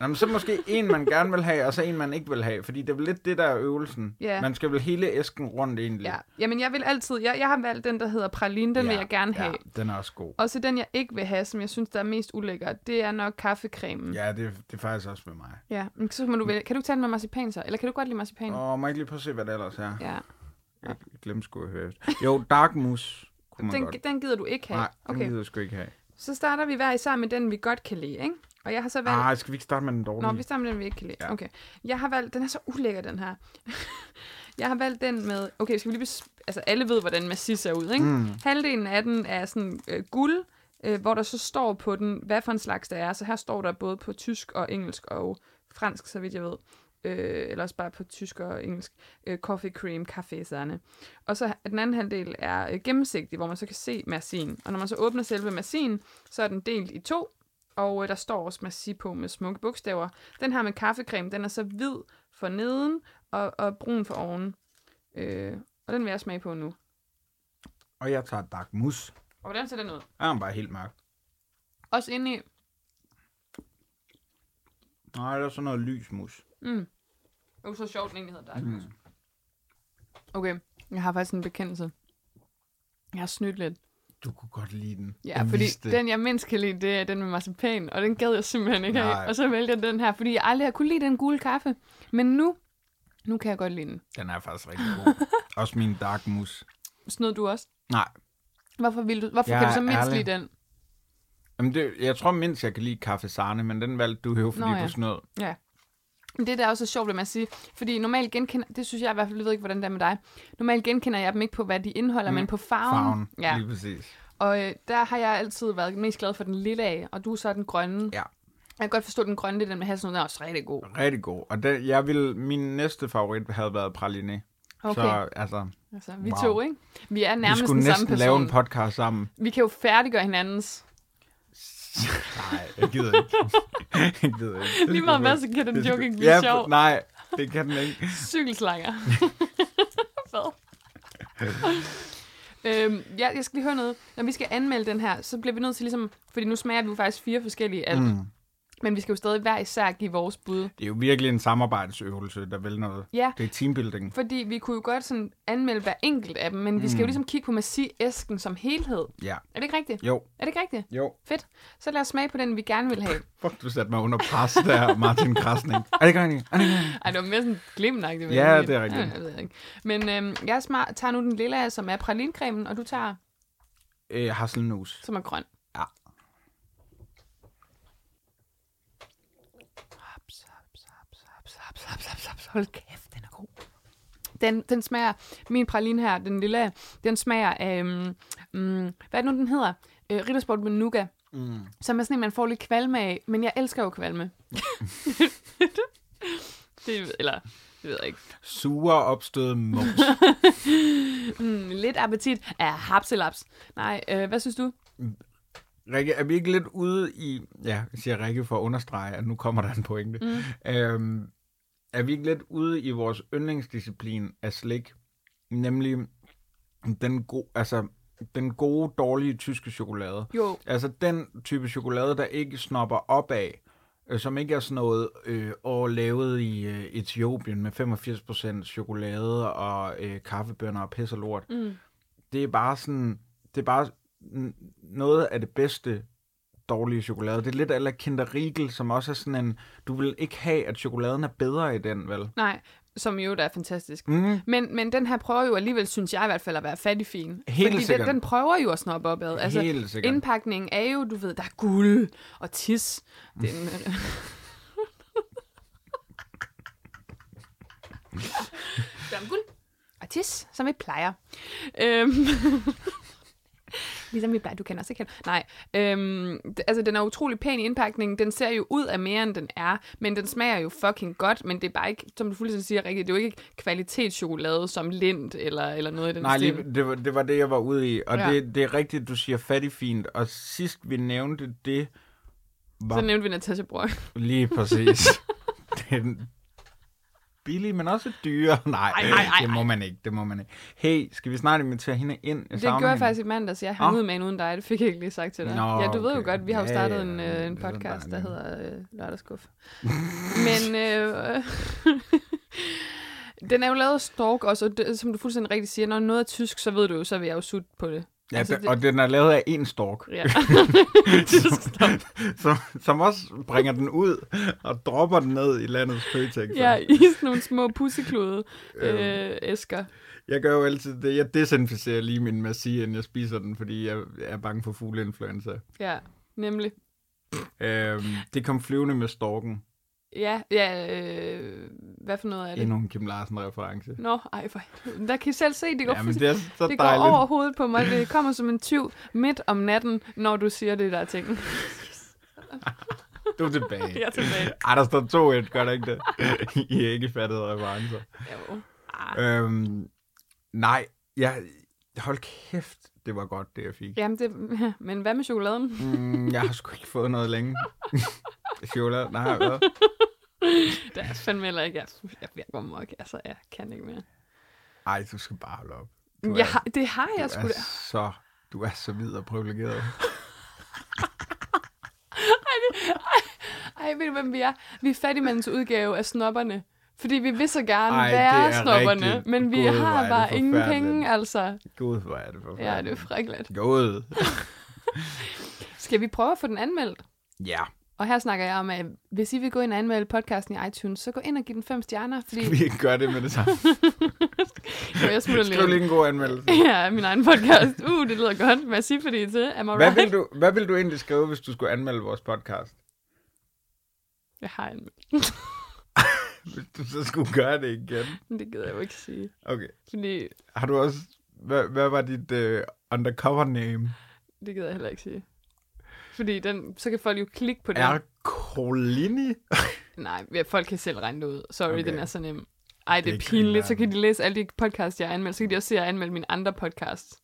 Nå, men så måske en, man gerne vil have, og så en, man ikke vil have. Fordi det er vel lidt det, der er øvelsen. Ja. Man skal vel hele æsken rundt egentlig. Ja. Jamen, jeg vil altid... Jeg, jeg har valgt den, der hedder praline. Den ja, vil jeg gerne have. Ja, den er også god. Og så den, jeg ikke vil have, som jeg synes, der er mest ulækker, det er nok kaffecremen. Ja. Ja, det, det er faktisk også med mig. ja. Men så må du vælge. Kan du tage den med marcipan så? Eller kan du godt lide marcipan? Og må jeg ikke lige prøve at se, hvad det ellers er? Mm. Ja. Jeg glemte sgu at høre. Jo, Dark Mousse kunne man godt. Den, den gider du ikke have. Nej, den okay. gider jeg sgu ikke have. Så starter vi hver især med den, vi godt kan lide, ikke? Og jeg har så valgt... Ah, skal vi ikke starte med den dårlige? Nå, vi starter med den, vi ikke kan lide. Ja. Ja. Okay. Jeg har valgt... Den er så ulækker, den her. jeg har valgt den med... Okay, skal vi lige... Bes... Altså, alle ved, hvordan Massis ser ud, ikke? Mm. Halvdelen af den er sådan øh, guld, øh, hvor der så står på den, hvad for en slags det er. Så her står der både på tysk og engelsk og fransk, så vidt jeg ved. Øh, eller også bare på tysk og engelsk. Øh, coffee cream, kaffeserne. Og så er den anden halvdel er øh, gennemsigtig, hvor man så kan se massinen. Og når man så åbner selve massinen, så er den delt i to, og øh, der står også massi på med smukke bogstaver. Den her med kaffecreme, den er så hvid for neden og, og brun for oven. Øh, og den vil jeg smage på nu. Og jeg tager Dark Mousse. Og hvordan ser den ud? Er han bare helt mørk? Også inde i... Nej, der er sådan noget lys mus. Uh, så sjovt, den egentlig hedder Dark mm. Okay, jeg har faktisk en bekendelse. Jeg har snydt lidt. Du kunne godt lide den. Ja, Jeg fordi vidste det. den, jeg mindst kan lide, det er den med marcipan, og den gad jeg simpelthen ikke Nej. af. Og så vælger jeg den her, fordi jeg aldrig har kunne lide den gule kaffe. Men nu, nu kan jeg godt lide den. den er faktisk rigtig god. også min Dark Mousse. Snød du også? Nej, Hvorfor, vil du, hvorfor Jeg kan du så er mindst ærlig. lide den? Jamen det, jeg tror mindst, jeg kan lide kaffe sarne, men den valgte du jo, fordi Nå ja. ja. du snød. Ja. Men Det der er også så sjovt, vil man sige. Fordi normalt genkender, det synes jeg i hvert fald, jeg ved ikke, hvordan det er med dig. Normalt genkender jeg dem ikke på, hvad de indeholder, mm. men på farven. Farven, ja. Ja. lige præcis. Og øh, der har jeg altid været mest glad for den lille af, og du er så den grønne. Ja, Jeg kan godt forstå, at den grønne, det er den med hasselnød, den er også rigtig god. rigtig god. Og den, jeg vil, min næste favorit havde været praliné. Okay. Så altså, Altså, vi wow. Wow. to, ikke? Vi er vi nærmest skulle den samme næsten person. lave en podcast sammen. vi kan jo færdiggøre hinandens. Nej, jeg gider ikke. jeg gider ikke. Lige meget hvad, så kan den Det joke skal- ikke blive ja, sjov. Nej, det kan den ikke. Cykelslanger. Hvad? øhm, ja, jeg skal lige høre noget. Når vi skal anmelde den her, så bliver vi nødt til ligesom... Fordi nu smager vi jo faktisk fire forskellige af alt. Mm. Men vi skal jo stadig hver især give vores bud. Det er jo virkelig en samarbejdsøvelse, der vil noget. Ja. Det er teambuilding. Fordi vi kunne jo godt sådan anmelde hver enkelt af dem, men vi Mm. skal jo ligesom kigge på Massi-æsken som helhed. Ja. Er det ikke rigtigt? Jo, Er det ikke rigtigt? jo. Fedt. Så lad os smage på den, vi gerne vil have. Fuck, du satte mig under pres der, Martin Krasning. Er det ikke rigtigt? Er det ikke rigtigt? Ej, det var mere sådan glimnagtigt. Ja, det er rigtigt. Ja, jeg ved jeg ikke. Men øhm, jeg smar- tager nu den lille af, som er pralincremen, og du tager, Øh, hasselnus. som er grøn. Ja. Haps, haps, haps, haps, haps, haps, haps, haps. Hold kæft, den er god. Den, den smager, min praline her, den lille, af, den smager af, øhm, mm, hvad er det nu, den hedder? Øh, Rittersport med nougat. Mm. Som er sådan en, man får lidt kvalme af, men jeg elsker jo kvalme. det, eller, det ved jeg ikke. Sure opstød mums. Mm, lidt appetit af hapselaps. Nej, øh, hvad synes du? Rikke, er vi ikke lidt ude i... Ja, jeg siger Rikke for at understrege, at nu kommer der en pointe. Mm. Øhm, er vi ikke lidt ude i vores yndlingsdisciplin af slik? Nemlig den, go- altså, den gode, dårlige tyske chokolade. Jo. Altså den type chokolade, der ikke snopper op af, øh, som ikke er sådan noget øh, år lavet i øh, Etiopien med 85% chokolade og øh, kaffebønner og pis og lort. Mm. Det er bare sådan, det er bare n- noget af det bedste dårlige chokolade. Det er lidt eller Kinder Riegel, som også er sådan en, du vil ikke have, at chokoladen er bedre i den, vel? Nej, som jo da er fantastisk. Mm. Men, men den her prøver jo alligevel, synes jeg i hvert fald, at være fattig fin. Helt fordi sikkert. Den, den prøver jo at snoppe opad. Altså, Helt sikkert. indpakningen er jo, du ved, der er guld og tis. Mm. øh, Det er en- der er guld og tis, som vi plejer. Øhm. ligesom vi plejer, du kan også ikke Nej, øhm, d- altså den er utrolig pæn i indpakningen. Den ser jo ud af mere, end den er, men den smager jo fucking godt, men det er bare ikke, som du fuldstændig siger rigtigt, det er jo ikke kvalitetschokolade som Lind eller, eller noget i den Nej, stil. lige, det, var, det var det, jeg var ude i. Og Ja. ja. det, det er rigtigt, du siger fattig fint. Og sidst vi nævnte det, var Så nævnte vi Natasha Brøg. Lige præcis. Den billige, men også dyre. Nej, Ej, øh, ej, ej, det må man ikke, det må man ikke. Hey, skal vi snart invitere hende ind? Jeg Det savner gjorde jeg hende. faktisk i mandags. Jeg hang Nå. ud med en uden dig. Det fik jeg ikke lige sagt til dig. Nå, ja, du ved jo okay. godt, vi har jo Ja, startet ja, en, ja, øh, en det ved podcast, jeg der godt. hedder øh, Lørdagskuff. Men øh, den er jo lavet af Stork også, og det, som du fuldstændig rigtigt siger, når noget er tysk, så ved du jo, så vil jeg jo sutte på det. Ja, altså, altså, og den er lavet af en stork, Ja. tysk Stork. som, som også bringer den ud og dropper den ned i landets pøtex. Ja, i sådan nogle små pusseklude Øhm. øh, æsker. Jeg gør jo altid det. Jeg desinficerer lige min massi, inden jeg spiser den, fordi jeg er bange for fugleinfluenza. Ja, nemlig. Øhm, det kom flyvende med storken. Ja, ja øh, hvad for noget er det? Endnu en Kim Larsen-reference. Nå, ej, for helvede. Der kan I selv se, det går Ja, men det er så Det dejligt. går over hovedet på mig. Det kommer som en tyv midt om natten, når du siger det der ting. Du er tilbage. Jeg er tilbage. Ej, der står to et, gør der ikke det? I har ikke fattet referencer. Jo. Øhm, nej, jeg, hold kæft, det var godt, det jeg fik. Ja. Jamen, det, men hvad med chokoladen? Mm, jeg har sgu ikke fået noget længe. Chokolade, nej, hvad? Det er fandme heller ikke. Jeg, jeg virker mok. Altså, jeg kan ikke mere. Ej, du skal bare holde op. Du Jeg, har- det har jeg du sgu er da. så, du er så hvid og privilegeret. Ej, ved du, hvem vi er? Vi er fattigmandens udgave af snobberne. Fordi vi vil så gerne Ej, Ej, det være er snobberne, rigtigt. men vi Gud, hvor er har det bare ingen forfærdeligt. penge, altså. Gud, hvor er det for Ja, det er friklet. God. Skal vi prøve at få den anmeldt? Ja, Og her snakker jeg om, at hvis I vil gå ind og anmelde podcasten i iTunes, så gå ind og giv den fem stjerner, fordi... vi kan gøre det med det samme. Jo, jeg smutter Skriv lige en god anmeldelse. Ja, min egen podcast. Uh, det lyder godt. Hvad siger fordi til? Am I Hvad right? vil, du, hvad vil du egentlig skrive, hvis du skulle anmelde vores podcast? Jeg har en, Hvis du så skulle gøre det igen. men det gider jeg jo ikke sige. Okay. Fordi, Har du også... Hvad, hvad var dit uh, undercover name? det gider jeg heller ikke sige. Fordi den, så kan folk jo klikke på den. Ercolini? Nej, ja, folk kan selv regne det ud. Sorry, okay. Okay. den er så nem. Ej, det Det er er ikke pinligt. Så kan grineren. de læse alle de podcasts, jeg har anmeldt. Så kan de også se, at jeg har anmeldt mine andre podcasts.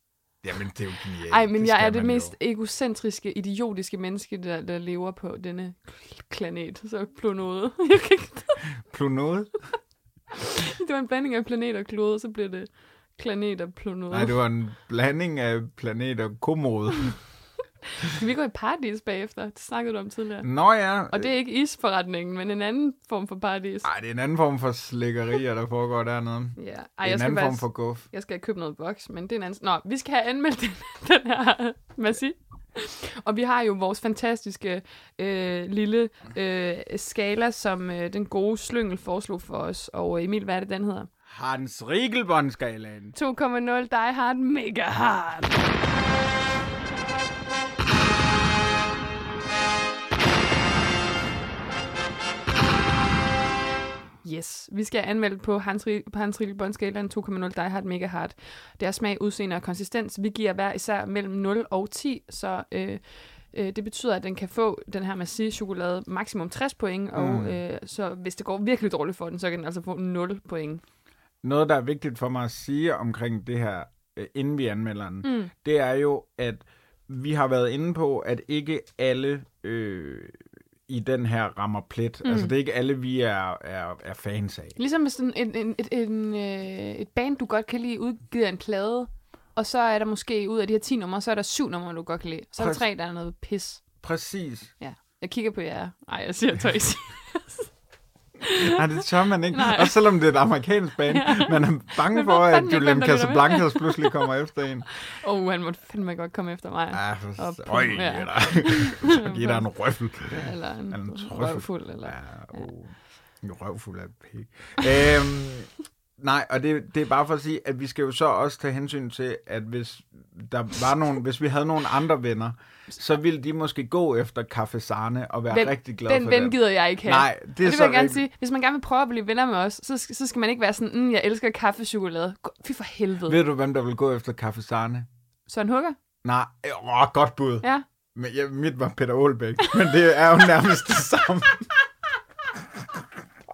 Jamen, det er jo genialt. Ej, men jeg skal er det man mest Jo. egocentriske, idiotiske menneske, der, der lever på denne planet. Så klonode. Jeg kan ikke... Plunode? Det var en blanding af planet og klode, så blev det planet og plonode. Nej, det var en blanding af planet og komode. Skal vi gå i paradis bagefter? Det snakkede du om tidligere. Nå ja. Og det er ikke isforretningen, men en anden form for paradis. Ej, det er en anden form for slikkerier, der foregår dernede. Ja. Ej, Ej, jeg en skal, anden form faktisk, for guf. jeg skal købe noget boks, men det er en anden... Nå, vi skal have anmeldt den, den her massi. Og vi har jo vores fantastiske øh, lille øh, skala, som øh, den gode slyngel foreslog for os. Og øh, Emil, hvad er det, den hedder? Hans Riegelbåndskalaen. 2,0 Die Hard Mega Hard. Yes, vi skal anmelde på Hans, Rie- på Hans Riegel Bondskalaen 2,0 Die Hard Mega Hard. Deres smag, udseende og konsistens, vi giver hver især mellem 0 og 10, så øh, øh, det betyder, at den kan få den her massive chokolade maksimum 60 point, og Mm. øh, så hvis det går virkelig dårligt for den, så kan den altså få 0 point. Noget, der er vigtigt for mig at sige omkring det her, øh, inden vi anmelder den, Mm. det er jo, at vi har været inde på, at ikke alle øh, i den her rammer plet. Mm. Altså, det er ikke alle, vi er, er, er fans af. Ligesom hvis sådan en, en, et, en, øh, et band, du godt kan lide, udgiver en plade, og så er der måske ud af de her 10 numre, så er der syv numre, du godt kan lide. Så er der Præcis. tre, der er noget pis. Præcis. Ja. Jeg kigger på jer. Nej, jeg siger tøjs. Nej, det tør man ikke. Nej. Også selvom det er et amerikansk band. Ja. Man er bange Man for, ved at fandme ikke, hvem Julian der lytter med. Casablancas pludselig kommer efter en. Åh, oh, han måtte fandme godt komme efter mig. Ah, Og for- pum, Øj, ja. eller... Så giver der en røffel. Eller en, Eller en trøffel. røvfuld. Eller... Ja, oh. En røvfuld af pik. øhm, nej, og det, det er bare for at sige, at vi skal jo så også tage hensyn til, at hvis der var nogen, hvis vi havde nogle andre venner, så ville de måske gå efter Café Sarne og være Den- rigtig glade Den for ven dem. gider jeg ikke have. Nej, det er det, det vil så jeg gerne rigtigt. sige. Hvis man gerne vil prøve at blive venner med os, så, sk- så skal man ikke være sådan, mm, jeg elsker kaffechokolade. Gå- Fy for helvede. Ved du, hvem der vil gå efter Café Sarne? Søren Hugger? Nej, åh, godt bud. Ja. Men jeg, mit var Peter Aalbæk, men det er jo nærmest det samme.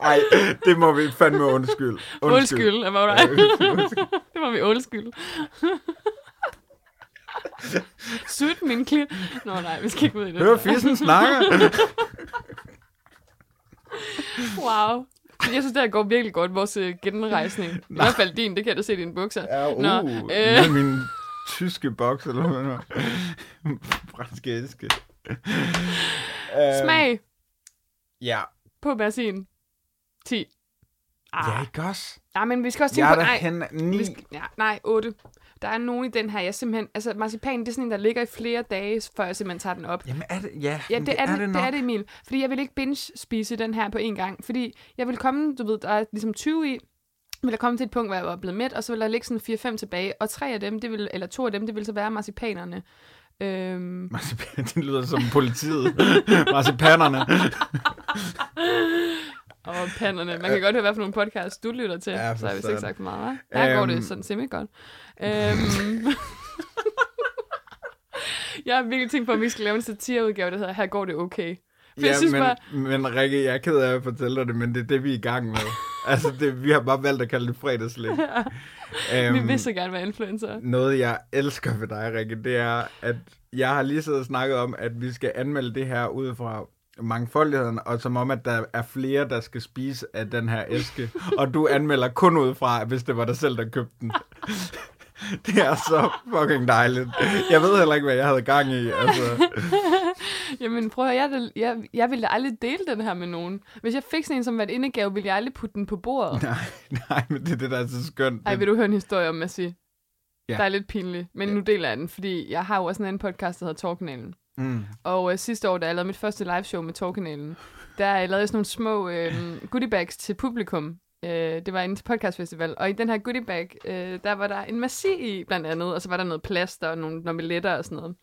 Ej, det må vi fandme undskylde. Undskyld. Undskyld. Var du Undskyld. det var vi undskyld. Sut min klip. Nå nej, vi skal ikke ud i det. Hør der. fissen snakker. Wow. Jeg synes, det her går virkelig godt, vores øh, genrejsning. I hvert fald din, det kan jeg da se i dine bukser. Ja, uh, Nå, øh. med min tyske boks, eller hvad nu? Franske æske. Øhm, smag Ja. på basin. 10. Ah, Ja, ikke også? nej, men vi skal også tænke Jeg er på... der nej, hen Vi 9. skal, ja, nej, 8. Der er nogen i den her, jeg simpelthen... Altså, marcipan, det er sådan en, der ligger i flere dage, før jeg simpelthen tager den op. Jamen er det, ja, Ja, det, er, det, det, nok. er det, Emil. Fordi jeg vil ikke binge-spise den her på én gang. Fordi jeg vil komme, du ved, der er ligesom 20 i, vil der komme til et punkt, hvor jeg var blevet mæt, og så vil der ligge sådan 4-5 tilbage, og tre af dem, det vil, eller to af dem, det vil så være marcipanerne. Øhm, Marcipan, det lyder som politiet. Marcipanerne. og panderne. Man kan godt høre, hvad for nogle podcasts du lytter til, Ja, for så har vi søren. ikke sagt for meget, hva'? Her går Øhm. det sådan simpelthen godt. Øhm. jeg har virkelig tænkt på, om vi skal lave en satireudgave, der hedder Her går det okay. For ja, jeg synes men, men... bare, men Rikke, jeg er ked af at fortælle dig det, men det er det, vi er i gang med. altså, det, vi har bare valgt at kalde det fredagslæg. øhm, vi vil så gerne være influencer. Noget, jeg elsker ved dig, Rikke, det er, at jeg har lige siddet og snakket om, at vi skal anmelde det her ud fra mangfoldigheden, og som om, at der er flere, der skal spise af den her æske. og du anmelder kun ud fra, hvis det var dig selv, der købte den. det er så fucking dejligt. Jeg ved heller ikke, hvad jeg havde gang i. Altså. Jamen prøv at høre, jeg, er da- jeg, jeg ville da aldrig dele den her med nogen. Hvis jeg fik sådan en som var et indegave, ville jeg aldrig putte den på bordet. Nej, nej, men det er det, der er så skønt. Ej, Det- vil du høre en historie om Massi? Ja. Ja. Der er lidt pinligt, men nu deler jeg den, fordi jeg har jo også en anden podcast, der hedder Torkanalen. Mm. Og øh, sidste år, da jeg lavede mit første liveshow med Torkanalen, der øh, lavede jeg sådan nogle små øh, goodiebags til publikum. Øh, det var en podcastfestival, og i den her goodiebag, øh, der var der en massi i, blandt andet, og så var der noget plaster og nogle nomeletter og sådan noget.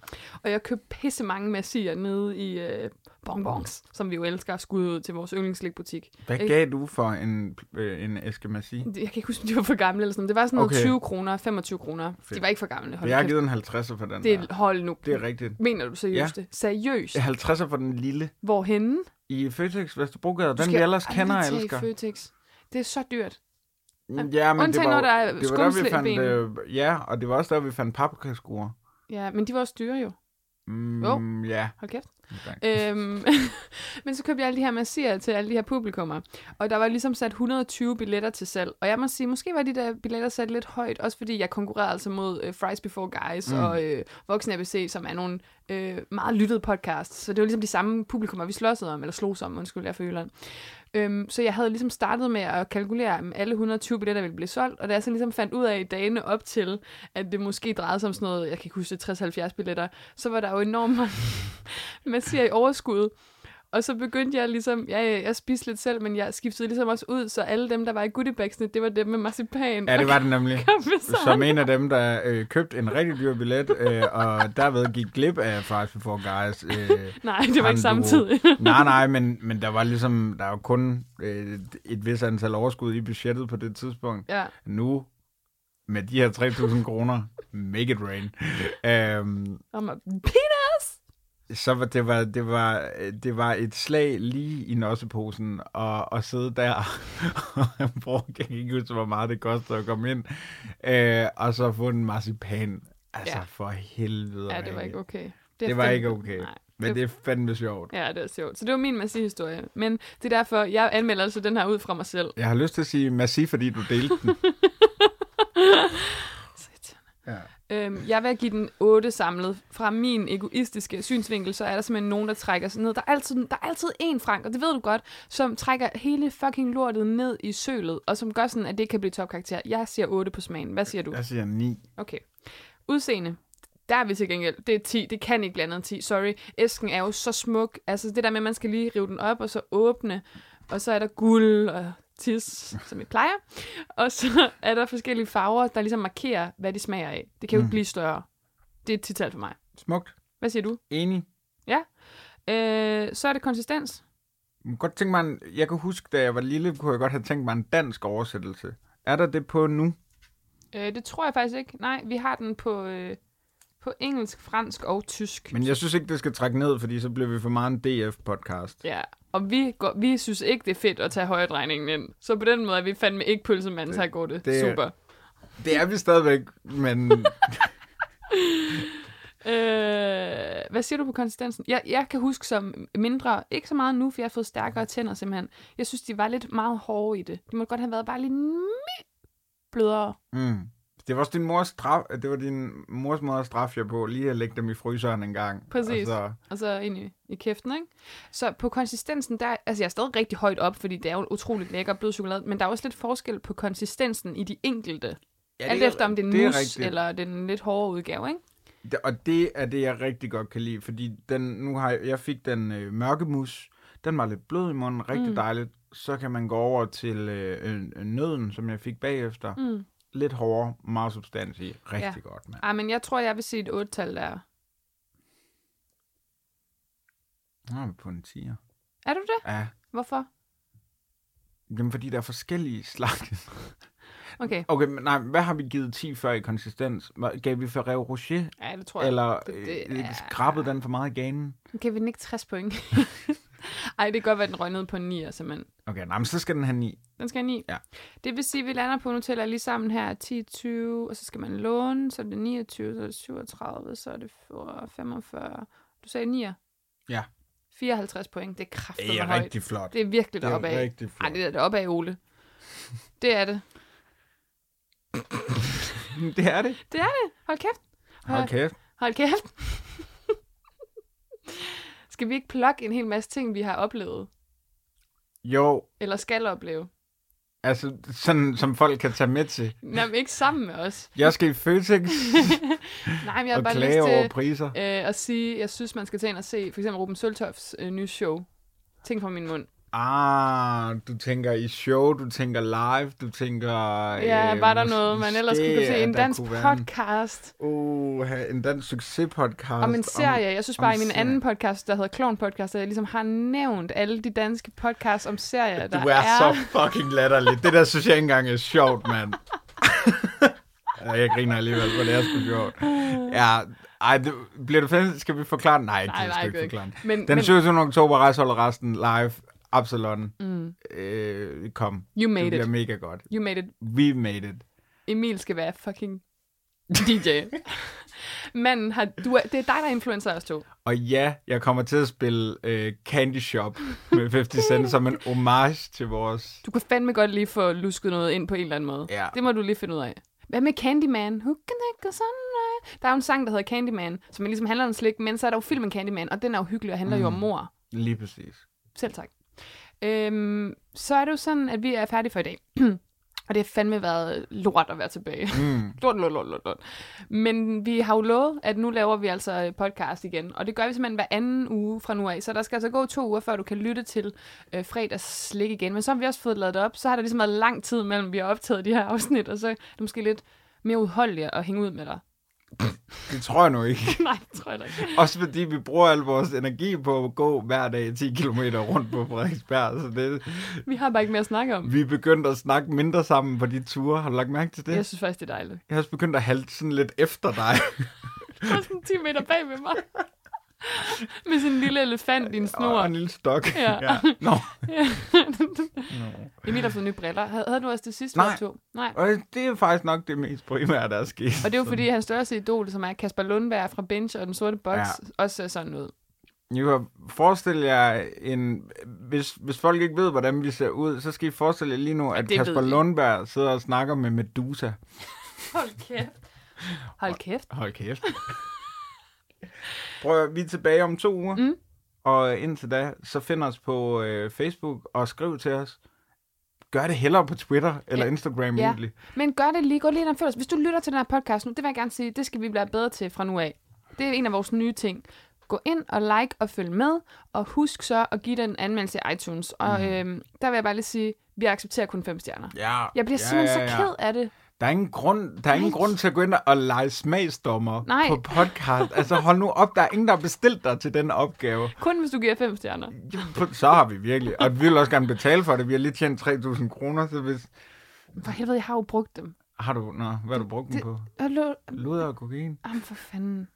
Og jeg købte pisse mange massier nede i øh, bonbons, som vi jo elsker at skud ud til vores yndlingslægbutik. Hvad Ikke? gav du for en, øh, en æske Masi? Det- Jeg kan ikke huske, om de var for gamle eller sådan noget. Det var sådan noget Okay. okay. 20 kroner, 25 kroner. Fedt. De var ikke for gamle. Hold Jeg har kæft. givet en 50'er for den det... det, der. hold nu. Det er rigtigt. Mener du seriøst det? Seriøst? 50'er for den lille Hvorhenne? i Føtex Vesterbrogade. Du Den vi skal ellers kender og aldrig tage i elsker. Føtex. Det er så dyrt. Ja, men det Undtagen, var, når jo- der er det var der, vi skumslæben. fandt, øh, ja, og det var også der, vi fandt paprikaskruer. Ja, men de var også dyre jo. Mm, Jo. Ja. Hold kæft. Okay. Øhm, men så købte jeg alle de her massier til alle de her publikummer. Og der var ligesom sat 120 billetter til salg. Og jeg må sige, måske var de der billetter sat lidt højt. Også fordi jeg konkurrerede altså mod øh, Fries Before Guys mm. og øh, Voksen ABC, som er nogle øh, meget lyttede podcasts. Så det var ligesom de samme publikummer, vi slåsede om. Eller slogs om, undskyld, jeg er fra Jylland. Øhm, så jeg havde ligesom startet med at kalkulere, om alle 120 billetter ville blive solgt, og da jeg så ligesom fandt ud af i dagene op til, at det måske drejede sig om sådan noget, jeg kan ikke huske det, 60-70 billetter, så var der jo enormt mange massier i overskud. Og så begyndte jeg ligesom, ja, ja, jeg spiste lidt selv, men jeg skiftede ligesom også ud, så alle dem, der var i goodiebagsene, det var dem med marcipan. ja, det var det nemlig. Som Som en af dem, der øh, købte en rigtig dyr billet, øh, og derved gik glip af Fries Before Guys. Øh, Nej, det var ikke Panduo. samtidig. nej, nej, men, men der var ligesom, der var kun øh, et vis antal overskud i budgettet på det tidspunkt. ja. nu med de her 3.000 kroner, make it rain. Øhm, Og man, peanuts! så var det, var, det, var, det var et slag lige i nosseposen og, og sidde der og bruge, jeg kan ikke huske, hvor meget det kostede at komme ind, øh, og så få en marcipan. Altså Ja. for helvede. Ja, det var ikke okay. Det, er det var fandme- ikke okay. Nej. Men det er fandme sjovt. Ja, det er sjovt. Så det var min Massi-historie. Men det er derfor, jeg anmelder altså den her ud fra mig selv. Jeg har lyst til at sige merci, fordi du delte den. Så irriterende. Ja. Øhm, jeg vil give den 8 samlet. Fra min egoistiske synsvinkel, så er der simpelthen nogen, der trækker sig ned. Der er altid, der er altid en, Frank, og det ved du godt, som trækker hele fucking lortet ned i sølet, og som gør sådan, at det ikke kan blive topkarakter. Jeg siger 8 på smagen. Hvad siger du? Jeg siger 9. Okay. Udseende. Der er vi til gengæld. Det er 10. Det kan ikke blive andet end 10. Sorry. Æsken er jo så smuk. Altså det der med, at man skal lige rive den op og så åbne. Og så er der guld og tis, som vi plejer. Og så er der forskellige farver, der ligesom markerer, hvad de smager af. Det kan Mm. jo ikke blive større. Det er et tital for mig. Smukt. Hvad siger du? Enig. Ja. Øh, så er det konsistens. Jeg kunne godt tænke mig en, jeg kan huske, da jeg var lille, kunne jeg godt have tænkt mig en dansk oversættelse. Er der det på nu? Øh, det tror jeg faktisk ikke. Nej, vi har den på, øh, på engelsk, fransk og tysk. Men jeg synes ikke, det skal trække ned, fordi så bliver vi for meget en DF-podcast. Ja, og vi, går, vi synes ikke, det er fedt at tage højdrejningen ind. Så på den måde er vi fandme ikke pølsemanden, så går det. det- Super. Det er vi stadigvæk, men Øh, hvad siger du på konsistensen? Jeg, jeg kan huske som mindre, ikke så meget nu, for jeg har fået stærkere tænder simpelthen. Jeg synes, de var lidt meget hårde i det. De må godt have været bare lidt mi- blødere. mm. det var også din mors straf, det var din mors måde at straffe jer på, lige at lægge dem i fryseren en gang. Præcis. Og så, Og så altså ind i, i kæften, ikke? Så på konsistensen, der, altså jeg er stadig rigtig højt op, fordi det er jo utroligt lækker blød chokolade, men der er også lidt forskel på konsistensen i de enkelte. Ja, Alt efter om det er en det er mus, rigtigt. eller den lidt hårde udgave, ikke? det- og det er det, jeg rigtig godt kan lide, fordi den, nu har jeg, jeg fik den øh, mørke mus, den var lidt blød i munden, rigtig mm. dejligt. Så kan man gå over til øh, øh, øh, nøden, som jeg fik bagefter. Mm. Lidt hårdere, meget substans i. Rigtig ja. godt, mand. Ej, men jeg tror, jeg vil sige et 8-tal der. Nu er vi på en 10'er. Er du det? Ja, Hvorfor? Jamen, fordi der er forskellige slags. Okay. Okay, men nej, hvad har vi givet 10 før i konsistens? Hvad- Gav vi Ferrero Rocher? Ja, det tror jeg. Eller det- det øh, er- skrabede den for meget i ganen? Kan vi den ikke 60 point? Ej, det kan godt være, den røg ned på en 9'er, simpelthen. Okay, nej, men så skal den have 9. Den skal have 9. Ja. Det vil sige, at vi lander på, nu tæller jeg lige sammen her, 10, 20, og så skal man låne, så er det 29, så er det 37, så er det 44, 45. Du sagde 9'er. Ja. 54 point, det er kraftigt Det er højt. rigtig flot. Det er virkelig Det er deroppe af. rigtig flot. Ej, det er deroppe af, Ole. Det er det. det er det. Det er det. Hold kæft. Hold, Hold kæft. Hold kæft. skal vi ikke plukke en hel masse ting, vi har oplevet? Jo, Eller skal opleve? altså sådan, som folk kan tage med til. Nej, men ikke sammen med os. Jeg skal i Føtex Nej, men jeg har og bare klage over lyst til priser. øh, at sige, jeg synes, man skal tage ind og se for eksempel Ruben Søltofs øh, nye show. Ting fra min mund. Ah, du tænker i show, du tænker live, du tænker... Ja, øh, var der mås- noget, man ellers måske, kunne se? at En der dansk kunne være en- podcast Uh, en dansk succespodcast. om en serie. Jeg synes om bare, i min serie. anden podcast, der hedder Clown Podcast, at jeg ligesom har nævnt alle de danske podcasts om serier, Du der er, så fucking latterlig. Det der synes jeg ikke engang er sjovt, mand. Ej, jeg griner alligevel, hvor det er sgu sjovt. Ja, ej, det, bliver det fælles? Skal vi forklare den? Nej, Nej, det nej, skal det ikke er forklare den. ikke. Men, Den men 27. oktober rejseholder resten live. Absalon. Mm. Øh, kom. you det made bliver it. mega godt. You made it. We made it. Emil skal være fucking DJ. Manden har... Du er, det er dig, der er influencer os to. Og ja, jeg kommer til at spille øh, Candy Shop med 50 Cent som en homage til vores... Du kan fandme godt lige få lusket noget ind på en eller anden måde. Ja. Det må du lige finde ud af. Hvad med Candyman? Who can I go sunrise? Der er jo en sang, der hedder Candyman, som ligesom handler om slik, men så er der jo filmen Candyman, og den er jo hyggelig og handler mm. jo om mor. Lige præcis. Selv tak. Øhm, så er det jo sådan, at vi er færdige for i dag. og det har fandme været lort at være tilbage. Mm. lort, lort, lort, lort, lort. Men vi har jo lovet, at nu laver vi altså podcast igen. Og det gør vi simpelthen hver anden uge fra nu af. Så der skal altså gå to uger, før du kan lytte til øh, fredags slik igen. Men så har vi også fået lavet det op. Så har der ligesom været lang tid mellem, vi har optaget de her afsnit. Og så er det måske lidt mere udholdeligt at hænge ud med dig. Det tror jeg nu ikke. Nej, det tror jeg da ikke. Også fordi vi bruger al vores energi på at gå hver dag 10 km rundt på Frederiksberg, så det, Vi har bare ikke mere at snakke om. vi er begyndt at snakke mindre sammen på de ture. Har du lagt mærke til det? Jeg synes faktisk, det er dejligt. Jeg har også begyndt at halte sådan lidt efter dig. Der var sådan 10 meter bag ved mig. Med sin lille elefant i en Og en snor. lille stok. Ja. Nå. Ja. Emil har fået nye briller. Havde, havde du også det sidste Nej. år to? Nej. Og det er faktisk nok det mest primære, der er sket. Og det er jo fordi, hans største idol, som er Kasper Lundberg fra Bench og Den Sorte Boks, Ja. ja. også ser sådan ud. I kan forestille jer, en, hvis, hvis folk ikke ved, hvordan vi ser ud, så skal I forestille jer lige nu, at det ved Kasper de. Lundberg sidder og snakker med Medusa. Hold kæft. Hold kæft. Hold kæft. Prøv at, vi er tilbage om to uger. Mm. Og indtil da, så find os på øh, Facebook og skriv til os. Gør det hellere på Twitter eller Ja. Instagram Ja. egentlig. Men gør det lige. Gå lige ind og følg os. Hvis du lytter til den her podcast nu, det vil jeg gerne sige, det skal vi blive bedre til fra nu af. Det er en af vores nye ting. Gå ind og like og følg med, og husk så at give den en anmeldelse i iTunes. Mm. Og øhm, der vil jeg bare lige sige, vi accepterer kun fem stjerner. Ja. Jeg bliver ja, simpelthen ja, ja. så ked af det. Der er ingen grund, der er ingen grund til at gå ind og lege smagsdommer Nej. på podcast. Altså hold nu op, der er ingen, der har bestilt dig til den opgave. Kun hvis du giver fem stjerner. Jamen, Så har vi virkelig. Og vi vil også gerne betale for det. Vi har lige tjent 3.000 kroner, så hvis... For helvede, jeg har jo brugt dem. Har du... Nå, hvad har du brugt dem Det- på? Hallo? Luder og kokain? Jamen for fanden.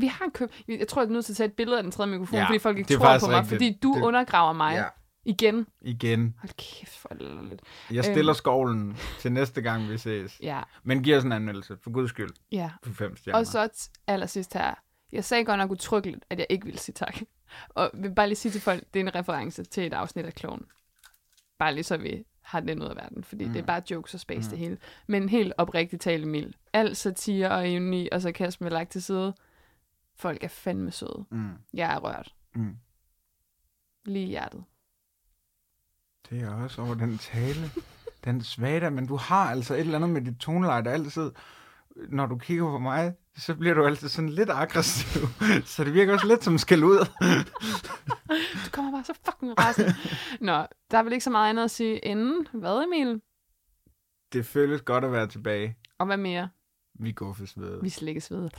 Vi har købt... Jeg tror, jeg er nødt til at tage et billede af den tredje mikrofon, ja, Ja, fordi folk ikke det er tror på faktisk mig, rigtigt. fordi du det... Det- undergraver mig. Ja. Ja. Igen. Igen. Hold kæft, for lidt. Jeg Øhm. stiller skovlen til næste gang, vi ses. Ja, Men giv os en anmeldelse, for guds skyld, ja. for fem stjerner. Og så t- allersidst her. Jeg sagde godt nok utryggeligt, at jeg ikke ville sige tak. Og vil bare lige sige til folk, det er en reference til et afsnit af Kloven. Bare lige så vi har den ud af verden, fordi mm. det er bare jokes og space mm. det hele. Men helt oprigtigt tale mild. Al satire og ironi og sarkasme er lagt til side. Folk er fandme søde. Mm. Jeg er rørt. Mm. Lige i hjertet. Det er også over den tale. Den svage der, men du har altså et eller andet med dit toneleje, der altid, når du kigger på mig, så bliver du altid sådan lidt aggressiv. Så det virker også lidt som skal ud. Du kommer bare så fucking rasende. Nå, der er vel ikke så meget andet at sige inden. Hvad, Emil? Det føles godt at være tilbage. Og hvad mere? Vi guffes ved. Vi slikkes ved.